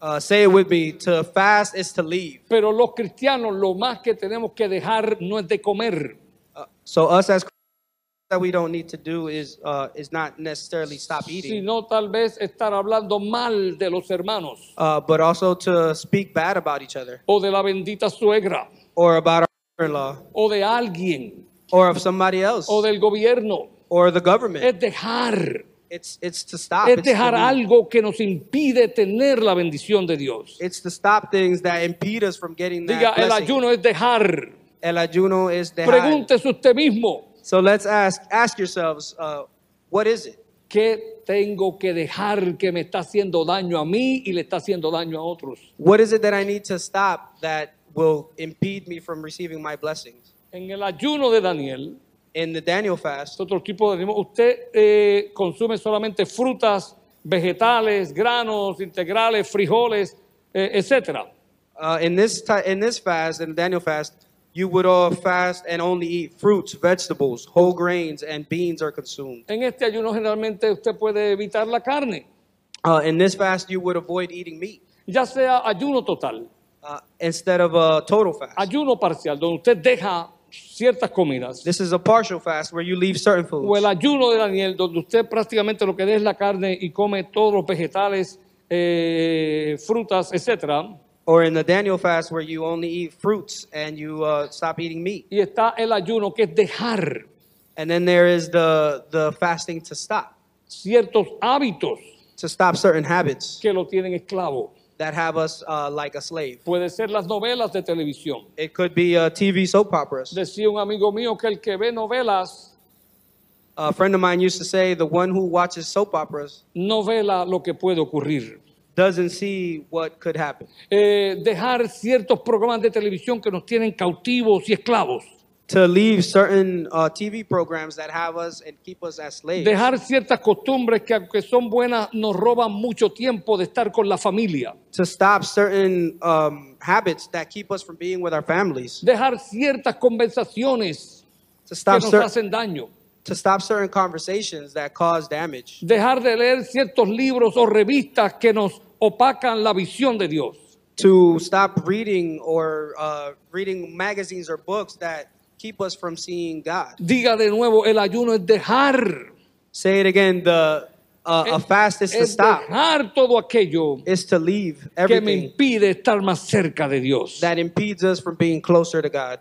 B: Uh, say it with me. To fast is to leave.
C: Pero los cristianos lo más que tenemos que dejar no es de comer,
B: Uh, so us as Christians, that we don't need to do is uh, is not necessarily stop eating,
C: sino tal vez estar hablando mal de los hermanos
B: uh, but also to speak bad about each other
C: o de la bendita suegra
B: or about our mother-in-law
C: o de alguien
B: or of somebody else
C: o del gobierno.
B: or the government.
C: Es dejar.
B: It's it's to stop.
C: Es
B: It's to
C: dejar
B: leave.
C: algo que nos impide tener la bendición de Dios.
B: It's to stop things that impede us from getting that
C: Diga, el
B: blessing.
C: ayuno es dejar.
B: El ayuno is pues dejar.
C: Pregúntese usted mismo,
B: So let's ask ask yourselves, uh, what is it?
C: ¿qué tengo que dejar que me está haciendo daño a mí y le está haciendo daño a otros?
B: What is it that I need to stop that will impede me from receiving my blessings.
C: En el ayuno de Daniel,
B: In the Daniel fast,
C: es otro tipo de animal. Usted eh, consume solamente frutas, vegetales, granos, integrales, frijoles, eh, etcétera.
B: uh, in this ti- in this fast, in the Daniel fast, you would all fast and only eat fruits, vegetables, whole grains, and beans are consumed.
C: En este ayuno generalmente usted puede evitar la carne,
B: Uh, in this fast, you would avoid eating meat
C: ya sea ayuno total,
B: uh, instead of a total fast.
C: ayuno parcial, donde usted deja ciertas comidas,
B: This is a partial fast where you leave certain
C: o el
B: foods.
C: ayuno de Daniel, donde usted prácticamente lo que deja es la carne y come todos los vegetales, eh, frutas, etcétera.
B: Or in the Daniel fast where you only eat fruits and you uh, stop eating meat.
C: Y está el ayuno que es dejar
B: And then there is the the fasting to stop,
C: ciertos hábitos
B: to stop certain habits
C: que lo tienen esclavo.
B: that have us uh, like a slave.
C: Puede ser las novelas de televisión.
B: It could be uh, TV soap operas.
C: Decía un amigo mío que el que ve novelas
B: A friend of mine used to say, the one who watches soap operas
C: no vela lo que puede ocurrir.
B: doesn't see what could happen.
C: Eh, dejar ciertos programas de televisión que nos tienen cautivos y esclavos.
B: To leave certain uh, TV programs that have us and keep us as slaves.
C: Dejar ciertas costumbres que aunque son buenas nos roban mucho tiempo de estar con la familia.
B: to stop certain um, habits that keep us from being with our families.
C: Dejar ciertas conversaciones
B: To
C: que
B: stop,
C: nos
B: cer-
C: hacen daño. to
B: to stop certain conversations that cause damage.
C: Dejar de leer ciertos libros o revistas que nos opacan la visión de Dios.
B: To stop reading or uh, reading magazines or books that keep us from seeing God.
C: Diga de nuevo, el ayuno es dejar
B: Say it again. The uh, a
C: Es-
B: fast is to
C: es
B: stop.
C: dejar todo aquello
B: Is to leave
C: que me
B: everything
C: impide estar más cerca de Dios.
B: that impedes us from being closer to God.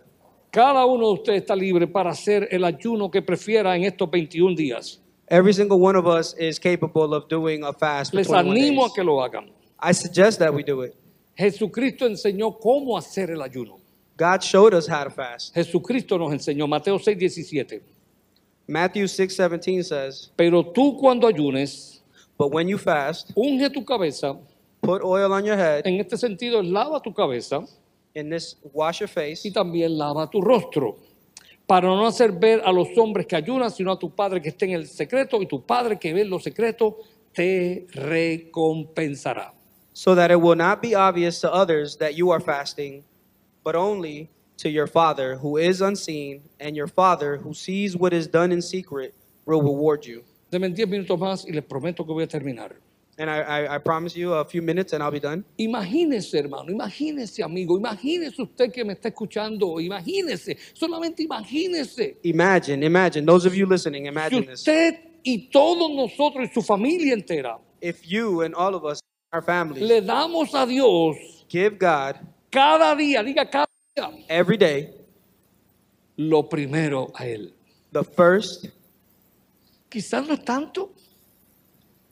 C: Cada uno de ustedes está libre para hacer el ayuno que prefiera en estos 21 días.
B: Every single one of us is capable of doing a fast. for
C: Les
B: 21
C: animo a
B: days.
C: que lo hagan.
B: I suggest that we do it.
C: Jesucristo enseñó cómo hacer el ayuno.
B: God showed us how to fast.
C: Jesucristo nos enseñó, Mateo 6, 17.
B: Matthew 6:17 says,
C: Pero tú cuando ayunes,
B: "But when you fast,
C: unge tu cabeza.
B: put oil on your head,
C: En este sentido, lava tu cabeza
B: in this wash your face,
C: y también lava tu rostro. Para no hacer ver a los hombres que ayunan, sino a tu Padre que esté en el secreto, y tu Padre que ve en lo secreto te recompensará.
B: so that it will not be obvious to others that you are fasting, but only to your Father who is unseen, and your Father who sees what is done in secret will reward you."
C: Deme 10 minutos más y les prometo que voy a terminar.
B: And I, I, I promise you a few minutes and I'll be done.
C: Imagínese, hermano, imagínese, amigo, imagínese usted que me está escuchando, imagínese, solamente imagínese.
B: Imagine, imagine, those of you listening,
C: Si
B: imagine this.
C: usted y todos nosotros y su familia entera
B: If you and all of us, our families,
C: le damos a Dios
B: give God
C: cada día, diga cada día,
B: every day
C: lo primero a Él.
B: the first,
C: Quizás no es tanto,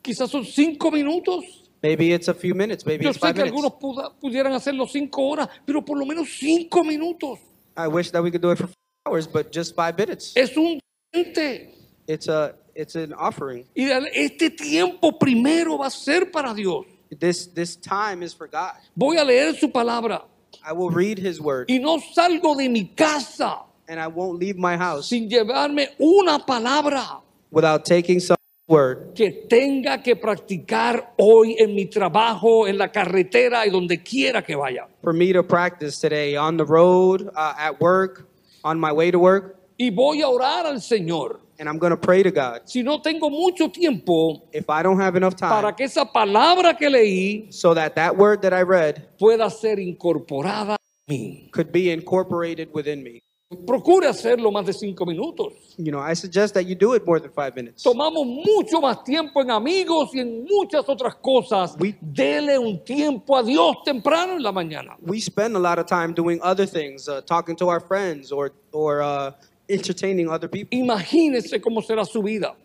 C: quizás son cinco minutos.
B: maybe it's a few minutes, maybe
C: Yo
B: it's
C: sé
B: five
C: que
B: minutes.
C: algunos puda- pudieran hacerlo cinco horas, pero por lo menos cinco minutos.
B: I wish that we could do it for hours, but just five minutes.
C: Es un diente.
B: It's a it's an offering.
C: Y dale, este tiempo primero va a ser para Dios.
B: This this time is for God.
C: Voy a leer su palabra
B: I will read His word,
C: y no salgo de mi casa
B: and I won't leave my house
C: sin llevarme una palabra
B: without taking some word
C: que tenga que practicar hoy en mi trabajo, en la carretera y donde quiera que vaya.
B: for me to practice today on the road, uh, at work, on my way to work,
C: Y voy a orar al Señor.
B: and I'm gonna pray to God.
C: Si no tengo mucho tiempo
B: If I don't have enough
C: para
B: time,
C: que esa palabra que leí
B: so that that word that I read
C: pueda ser incorporada a mí.
B: could be incorporated within me.
C: Procure hacerlo más de cinco minutos.
B: You know, I suggest that you do it more than five minutes.
C: Tomamos mucho más tiempo en amigos y en muchas otras cosas.
B: We-
C: Dele un tiempo a Dios temprano en la mañana.
B: we spend a lot of time doing other things, uh, talking to our friends or or uh, entertaining other people.
C: Imagínese cómo será su vida,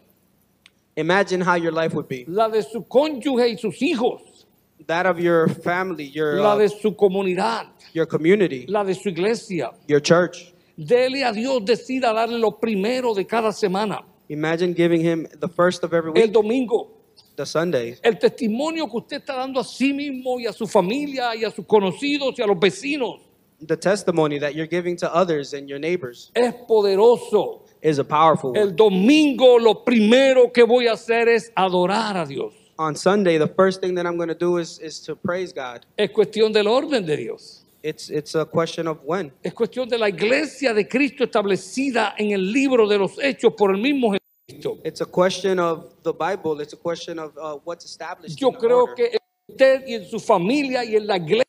B: Imagine how your life would be,
C: la de su cónyuge y sus hijos,
B: that of your family, your
C: la de
B: uh,
C: su comunidad,
B: your community,
C: la de su iglesia.
B: your church.
C: Dele a Dios, decida darle lo primero de cada semana,
B: Imagine giving him the first of every
C: el
B: week,
C: domingo.
B: the Sunday,
C: El testimonio que usted está dando a sí mismo y a su familia y a sus conocidos y a los vecinos.
B: The testimony that you're giving to others and your neighbors
C: Es poderoso.
B: is a powerful one.
C: El domingo lo primero que voy a hacer es adorar a Dios.
B: On Sunday, the first thing that I'm going to do is, is to praise God.
C: Es cuestión del orden de Dios.
B: It's, it's a question of when.
C: Es cuestión de la iglesia de Cristo establecida en el libro de los hechos por el mismo Jesucristo.
B: It's a question of the Bible. It's a question of uh, what's established.
C: Yo
B: in
C: creo
B: order.
C: que en usted y en su familia y en la iglesia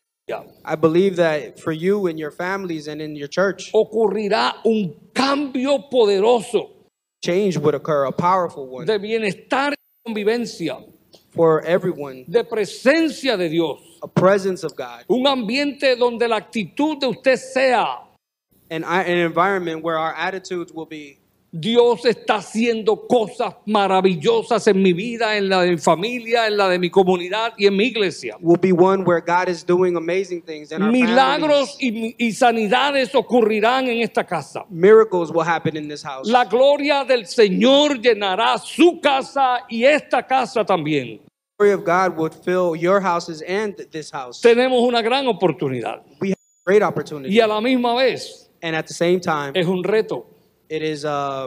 B: I believe that for you and your families and in your church,
C: ocurrirá un cambio poderoso
B: change would occur, a powerful one
C: de bienestar y convivencia,
B: for everyone,
C: de presencia de Dios.
B: a presence of God,
C: Un ambiente donde la actitud de usted sea,
B: and I, an environment where our attitudes will be
C: Dios está haciendo cosas maravillosas en mi vida, en la de mi familia, en la de mi comunidad y en mi iglesia.
B: will be one where God is doing amazing things and our
C: Milagros
B: families,
C: y, y sanidades ocurrirán en esta casa.
B: miracles will happen in this house.
C: La gloria del Señor llenará su casa y esta casa también.
B: the glory of God would fill your houses and th- this house.
C: Tenemos una gran oportunidad
B: We have a great opportunity,
C: y a la misma vez
B: and at the same time,
C: es un reto.
B: it is uh,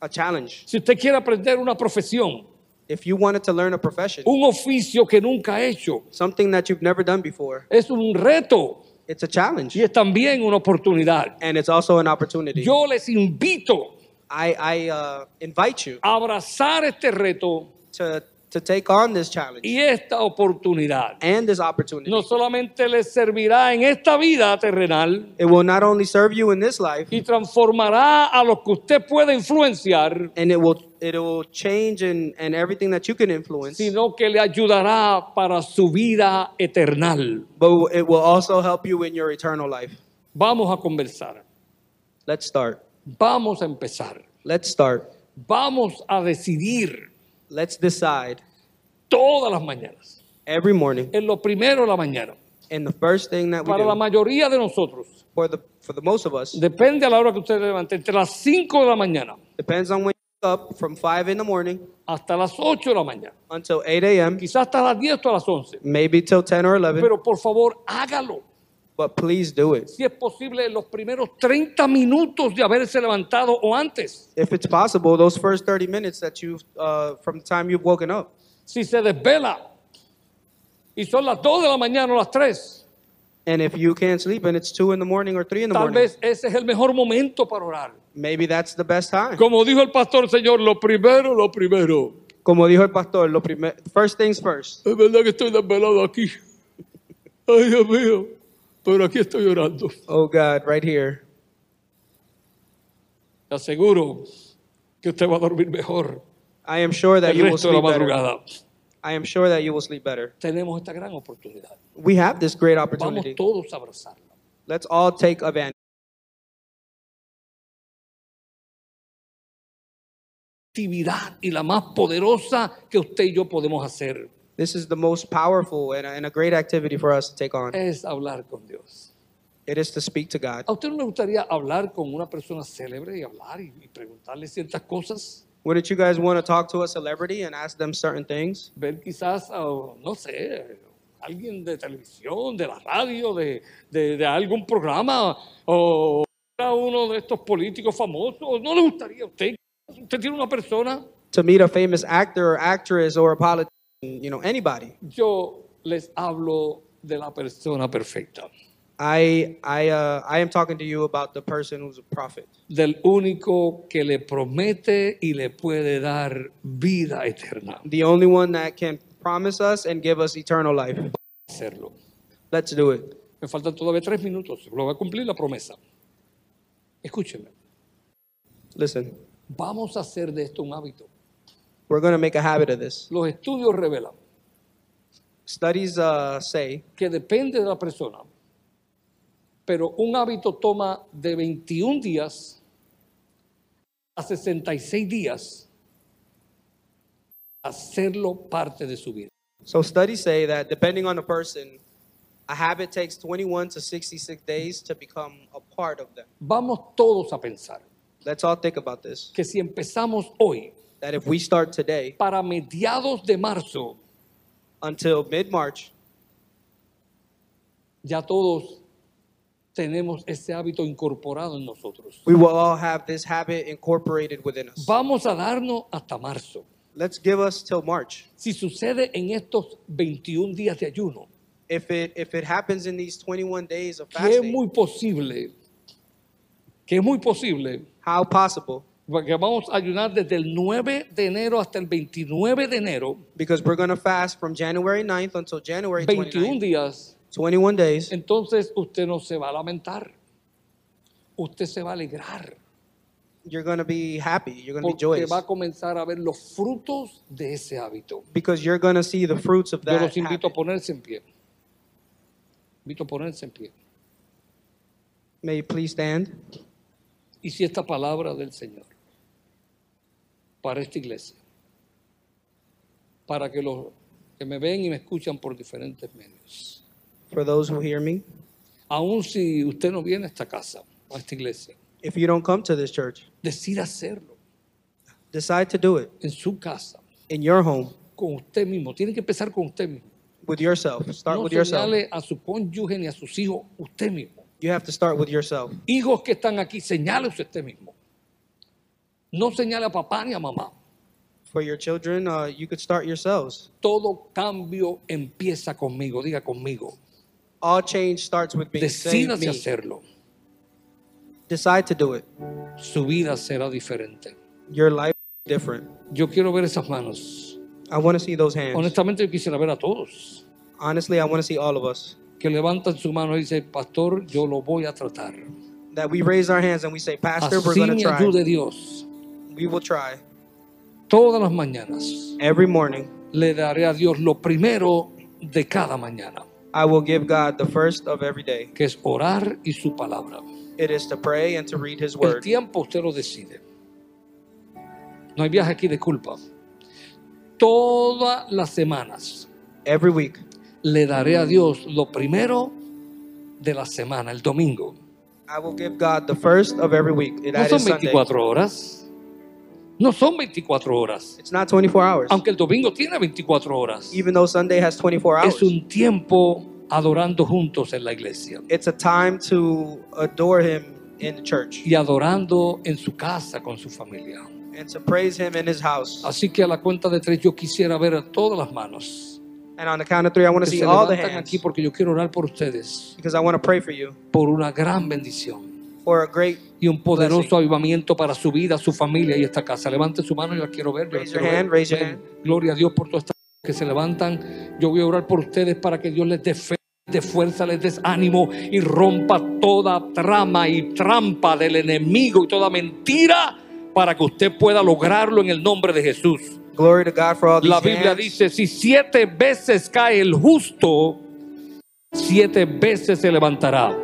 B: a challenge.
C: Si usted quiere aprender una profesión,
B: If you wanted to learn a profession,
C: un oficio que nunca ha hecho,
B: something that you've never done before,
C: es un reto
B: it's a challenge,
C: y es también una oportunidad.
B: and it's also an opportunity.
C: Yo les invito
B: I, I uh, invite you
C: a abrazar este reto
B: to, to take on this challenge
C: y esta oportunidad.
B: and this opportunity.
C: No solamente les servirá en esta vida terrenal,
B: It will not only serve you in this life,
C: y transformará a los que usted pueda influenciar,
B: and it will it will change and and everything that you can influence,
C: sino que le ayudará para su vida eternal.
B: but it will also help you in your eternal life.
C: Vamos a conversar,
B: Let's start.
C: vamos a empezar,
B: Let's start.
C: vamos a decidir
B: Let's decide
C: todas las mañanas,
B: every morning.
C: en lo primero de la mañana.
B: And the first thing that we
C: Para la
B: do
C: mayoría de nosotros,
B: for the for the most of us
C: depende a la hora que usted se levante, entre las 5 de la mañana
B: depends on when you wake up from five in the morning
C: hasta las 8 de la mañana,
B: until eight a.m.
C: quizás hasta las 10 o las 11,
B: Maybe till ten or eleven.
C: pero por favor hágalo.
B: But please do it
C: Si es posible, en los primeros 30 minutos de haberse levantado o antes.
B: if it's possible. Those first thirty minutes that you uh, from the time you've woken up.
C: si se desvela y son las 2 de la mañana o las 3,
B: And if you can't sleep and it's two in the morning or three in the
C: tal
B: morning,
C: vez ese es el mejor momento para orar.
B: maybe that's the best time.
C: Como dijo el pastor, Señor, lo primero, lo primero.
B: Como dijo el pastor, lo primer, first things first.
C: Es verdad que estoy desvelado aquí. Ay, Dios mío. Pero aquí estoy orando.
B: Oh God, right here.
C: Te aseguro que usted va a dormir mejor
B: I am sure that
C: el
B: you will
C: resto de la
B: sleep better.
C: madrugada.
B: I am sure that you will sleep better.
C: Tenemos esta gran oportunidad.
B: We have this great
C: Vamos
B: opportunity.
C: todos a abrazarla.
B: Let's all take advantage.
C: Actividad y la más poderosa que usted y yo podemos hacer
B: This is the most powerful and a, and a great activity for us to take on.
C: es hablar con Dios.
B: It is to speak to God.
C: ¿A usted no le gustaría hablar con una persona célebre y hablar y, y preguntarle ciertas cosas?
B: Wouldn't you guys want to talk to a celebrity and ask them certain things?
C: Ver quizás, a, no sé, alguien de televisión, de la radio, de, de- de algún programa, o a uno de estos políticos famosos. ¿No le gustaría a usted? Usted tiene una persona.
B: To meet a famous actor or actress or a politician, you know, anybody.
C: Yo les hablo de la persona perfecta,
B: I, I, uh, I am talking to you about the person who's a prophet.
C: del único que le promete y le puede dar vida eterna.
B: the only one that can promise us and give us eternal life.
C: Hacerlo.
B: Let's do it.
C: Me faltan todavía tres minutos. Lo va a cumplir la promesa. Escúcheme.
B: Listen,
C: Vamos a hacer de esto un hábito.
B: we're going to make a habit of this.
C: Los estudios revelan
B: Studies uh, say
C: que depende de la persona, pero un hábito toma de 21 días a 66 días hacerlo parte de su vida.
B: so. Studies say that depending on the person, a habit takes 21 to 66 days to become a part of them.
C: Vamos todos a pensar
B: Let's all think about this.
C: que si empezamos hoy,
B: That if we start today
C: para mediados de marzo,
B: until mid March,
C: ya todos tenemos ese hábito incorporado en nosotros.
B: We will all have this habit incorporated within us.
C: Vamos a darnos hasta marzo.
B: Let's give us till March.
C: Si sucede en estos 21 días de ayuno,
B: If it if it happens in these 21 days of
C: que es
B: fasting,
C: muy posible, que es muy posible,
B: how possible?
C: porque vamos a ayunar desde el 9 de enero hasta el 29 de enero,
B: Because we're going to fast from January 9th until January
C: 21
B: 29th.
C: días,
B: 21 days.
C: entonces usted no se va a lamentar, usted se va a alegrar,
B: You're going to be happy. You're going to be
C: porque
B: joyous.
C: va a comenzar a ver los frutos de ese hábito.
B: Because you're going to see the fruits of
C: Yo
B: that.
C: los invito a
B: habit.
C: ponerse en pie. Invito a ponerse en pie.
B: May you please stand.
C: Y si esta palabra del Señor para esta iglesia, para que los que me ven y me escuchan por diferentes medios,
B: For those who hear me,
C: aun si usted no viene a esta casa, a esta iglesia,
B: if you don't come to this church,
C: decida hacerlo
B: decide to do it
C: en su casa,
B: in your home
C: con usted mismo. Tiene que empezar con usted mismo.
B: with yourself. Start
C: no
B: with yourself.
C: señale a su cónyuge ni a sus hijos, usted mismo.
B: You have to start with yourself.
C: Hijos que están aquí, señálese usted mismo. No señale a papá ni a mamá.
B: For your children, uh, you could start yourselves.
C: Todo cambio empieza conmigo, diga conmigo.
B: All change starts with being say
C: Decídase
B: me.
C: hacerlo.
B: Decide to do it.
C: Su vida será diferente.
B: Your life is different.
C: Yo quiero ver esas manos.
B: I want to see those hands.
C: Honestamente, yo quisiera ver a todos
B: Honestly, I want to see all of us.
C: que levantan su mano y dicen, Pastor, yo lo voy a tratar.
B: That we raise our hands and we say, Pastor, we're
C: Así
B: going to
C: me
B: try.
C: ayude Dios.
B: We will try.
C: Todas las mañanas
B: Every morning,
C: le daré a Dios lo primero de cada mañana,
B: I will give God the first of every day.
C: que es orar y su palabra.
B: It is to pray and to read His
C: El
B: Word.
C: tiempo usted lo decide. No hay viaje aquí de culpa. Todas las semanas
B: Every week,
C: le daré a Dios lo primero de la semana, el domingo.
B: I will give God the first of every week.
C: No
B: That
C: son
B: is Sunday.
C: 24 horas. No son 24 horas.
B: It's not 24 hours.
C: Aunque el domingo tiene 24 horas.
B: Even though Sunday has 24 hours,
C: Es un tiempo adorando juntos en la iglesia.
B: it's a time to adore Him in the church
C: Y adorando en su casa con su familia.
B: and to praise Him in His house.
C: Así que a la cuenta de tres yo quisiera ver a todas las manos.
B: And on the count of three, I want to
C: Que
B: see
C: se
B: all the
C: levantan
B: hands
C: aquí porque yo quiero orar por ustedes.
B: because I want to pray for you
C: Por una gran bendición.
B: for a great.
C: Y un poderoso avivamiento para su vida, su familia y esta casa. Levante su mano, yo la quiero ver. yo la
B: Raise your
C: quiero ver.
B: hand, raise your
C: Ven.
B: hand.
C: Gloria a Dios por todas estas que se levantan. Yo voy a orar por ustedes para que Dios les dé fe, les dé fuerza, les dé ánimo y rompa toda trama y trampa del enemigo y toda mentira para que usted pueda lograrlo en el nombre de Jesús.
B: Glory to God for all these
C: La Biblia
B: hands.
C: dice, si siete veces cae el justo, siete veces se levantará.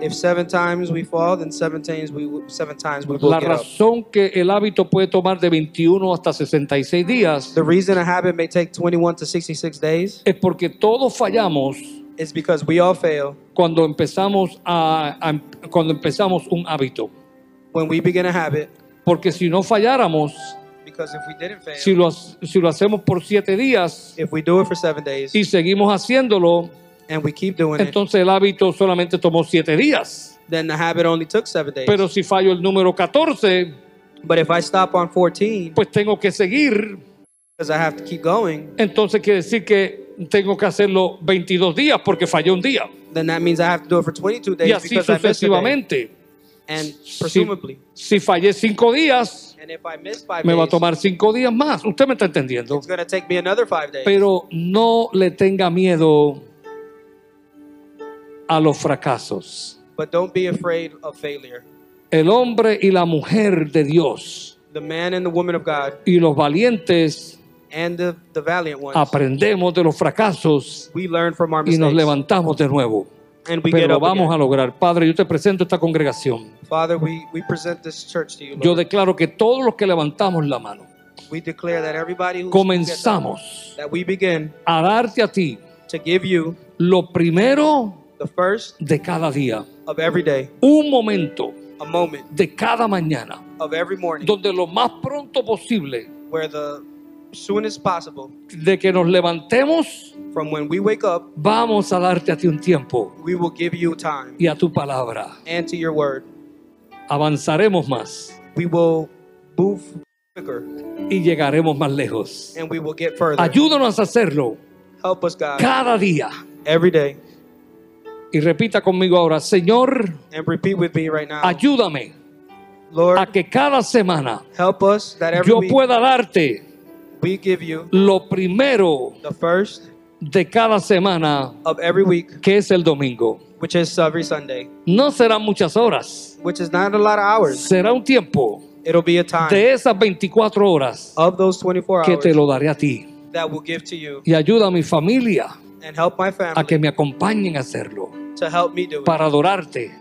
B: If seven times we fall, then seven times we will- seven times we will
C: La
B: get up.
C: razón que el hábito puede tomar de 21 hasta 66 días
B: The reason a habit may take 21 to 66 days
C: es porque todos fallamos
B: is because we all fail
C: cuando empezamos a, a- cuando empezamos un hábito.
B: when we begin a habit.
C: Porque si no falláramos,
B: Because if we didn't fail,
C: si lo, ha- si lo hacemos por siete días
B: if we do it for seven days
C: y seguimos haciéndolo,
B: and we keep doing it,
C: entonces el hábito solamente tomó siete días.
B: then the habit only took seven days.
C: Pero si fallo el número 14,
B: But if I stop on 14
C: pues tengo que seguir.
B: because I have to keep going,
C: Entonces quiere decir que tengo que hacerlo 22 días porque fallé un día.
B: then that means I have to do it for 22
C: Y
B: days
C: así
B: because I missed a day.
C: sucesivamente.
B: And
C: Si,
B: presumably,
C: si fallé cinco días,
B: and if I miss five
C: me va a
B: days,
C: tomar cinco días más. Usted me está entendiendo.
B: it's going to take me another five days.
C: Pero no le tenga miedo a los fracasos.
B: But don't be afraid of failure.
C: El hombre y la mujer de Dios
B: The man and the woman of God
C: y los valientes
B: and the, the valiant ones.
C: aprendemos de los fracasos
B: We learn from our
C: y
B: Pues,
C: nos
B: mistakes
C: levantamos de nuevo.
B: and we
C: Pero
B: get
C: lo
B: up
C: vamos a
B: again.
C: lograr. Padre, yo te presento esta congregación.
B: Father, we, we present this church to you,
C: Yo
B: Lord.
C: declaro que todos los que levantamos la mano,
B: we declare that everybody who gets up,
C: comenzamos
B: that we begin
C: a darte a ti
B: to give you
C: lo primero
B: the first
C: de cada día,
B: of every day,
C: un momento
B: a moment
C: de cada mañana,
B: of every morning
C: donde lo más pronto posible
B: where the soon as possible.
C: de que nos levantemos,
B: From when we wake up,
C: vamos a darte a ti un tiempo
B: we will give you time
C: y a tu palabra.
B: and to your word.
C: Avanzaremos más
B: We will move quicker
C: y llegaremos más lejos.
B: and we will get further.
C: Ayúdanos a hacerlo
B: Help us, God,
C: cada día.
B: every day.
C: Y repita conmigo ahora, Señor,
B: And repeat with me right now.
C: ayúdame a
B: Lord,
C: que cada semana
B: help us that every
C: yo
B: week
C: pueda darte
B: we give you
C: lo primero
B: the first
C: de cada semana,
B: of every week,
C: que es el domingo.
B: which is every Sunday,
C: No serán muchas horas,
B: which is not a lot of hours.
C: será un tiempo
B: It'll be a time
C: de esas 24 horas
B: of those 24
C: que te
B: hours
C: lo daré a ti.
B: that will give to you
C: y ayuda a mi familia
B: and help my
C: a que
B: family
C: me acompañen a hacerlo,
B: to help me do it,
C: para adorarte,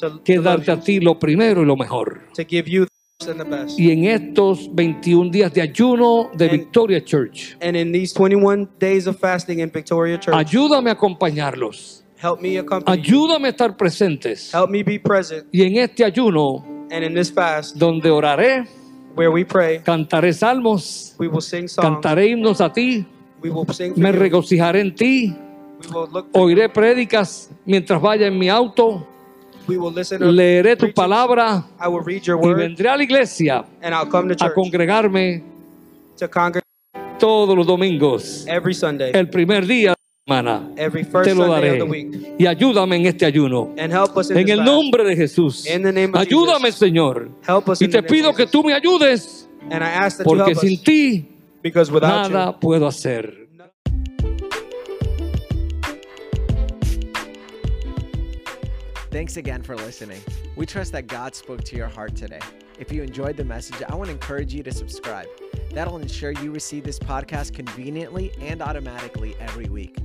B: to, to
C: que
B: love
C: darte a
B: you,
C: ti lo primero y lo mejor.
B: to give you the best and the best.
C: Y en estos 21 días de ayuno de
B: And-
C: Victoria Church,
B: And in these 21 days of fasting in Victoria Church,
C: ayúdame a acompañarlos,
B: help me accompany you.
C: ayúdame a estar presentes.
B: Help me be present.
C: Y en este ayuno,
B: And in this fast,
C: donde oraré,
B: where we pray,
C: cantaré salmos,
B: we will sing songs.
C: cantaré himnos a ti,
B: We will sing. For
C: me
B: you.
C: regocijaré en ti,
B: We will look. For you.
C: oiré prédicas mientras vaya en mi auto,
B: We will listen. to
C: leeré tu
B: preachings.
C: palabra
B: I will read your
C: y
B: word,
C: vendré a la iglesia
B: and I'll come to
C: a
B: church
C: congregarme
B: to congregate
C: todos los domingos,
B: every Sunday,
C: el primer día de la semana.
B: every first
C: Te lo
B: Sunday
C: daré.
B: of the week,
C: Y ayúdame en este ayuno.
B: and help us in
C: En
B: this
C: el
B: fast.
C: nombre de Jesús.
B: In the name of
C: Ayúdame,
B: Jesus.
C: Señor.
B: Help us
C: Y
B: in
C: te
B: the name
C: pido
B: of
C: que
B: Jesus.
C: tú me ayudes,
B: And I ask that you
C: porque
B: help us,
C: sin ti
B: because without you,
C: nada puedo hacer.
A: Thanks again for listening. We trust that God spoke to your heart today. If you enjoyed the message, I want to encourage you to subscribe. That'll ensure you receive this podcast conveniently and automatically every week.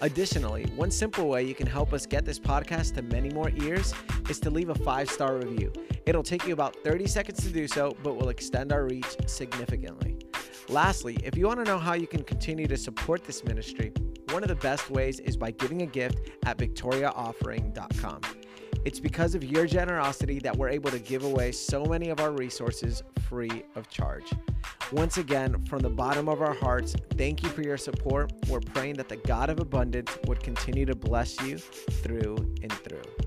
A: Additionally, one simple way you can help us get this podcast to many more ears is to leave a five star review. It'll take you about 30 seconds to do so, but will extend our reach significantly. Lastly, if you want to know how you can continue to support this ministry, one of the best ways is by giving a gift at victoriaoffering.com. It's because of your generosity that we're able to give away so many of our resources free of charge. Once again, from the bottom of our hearts, thank you for your support. We're praying that the God of abundance would continue to bless you through and through.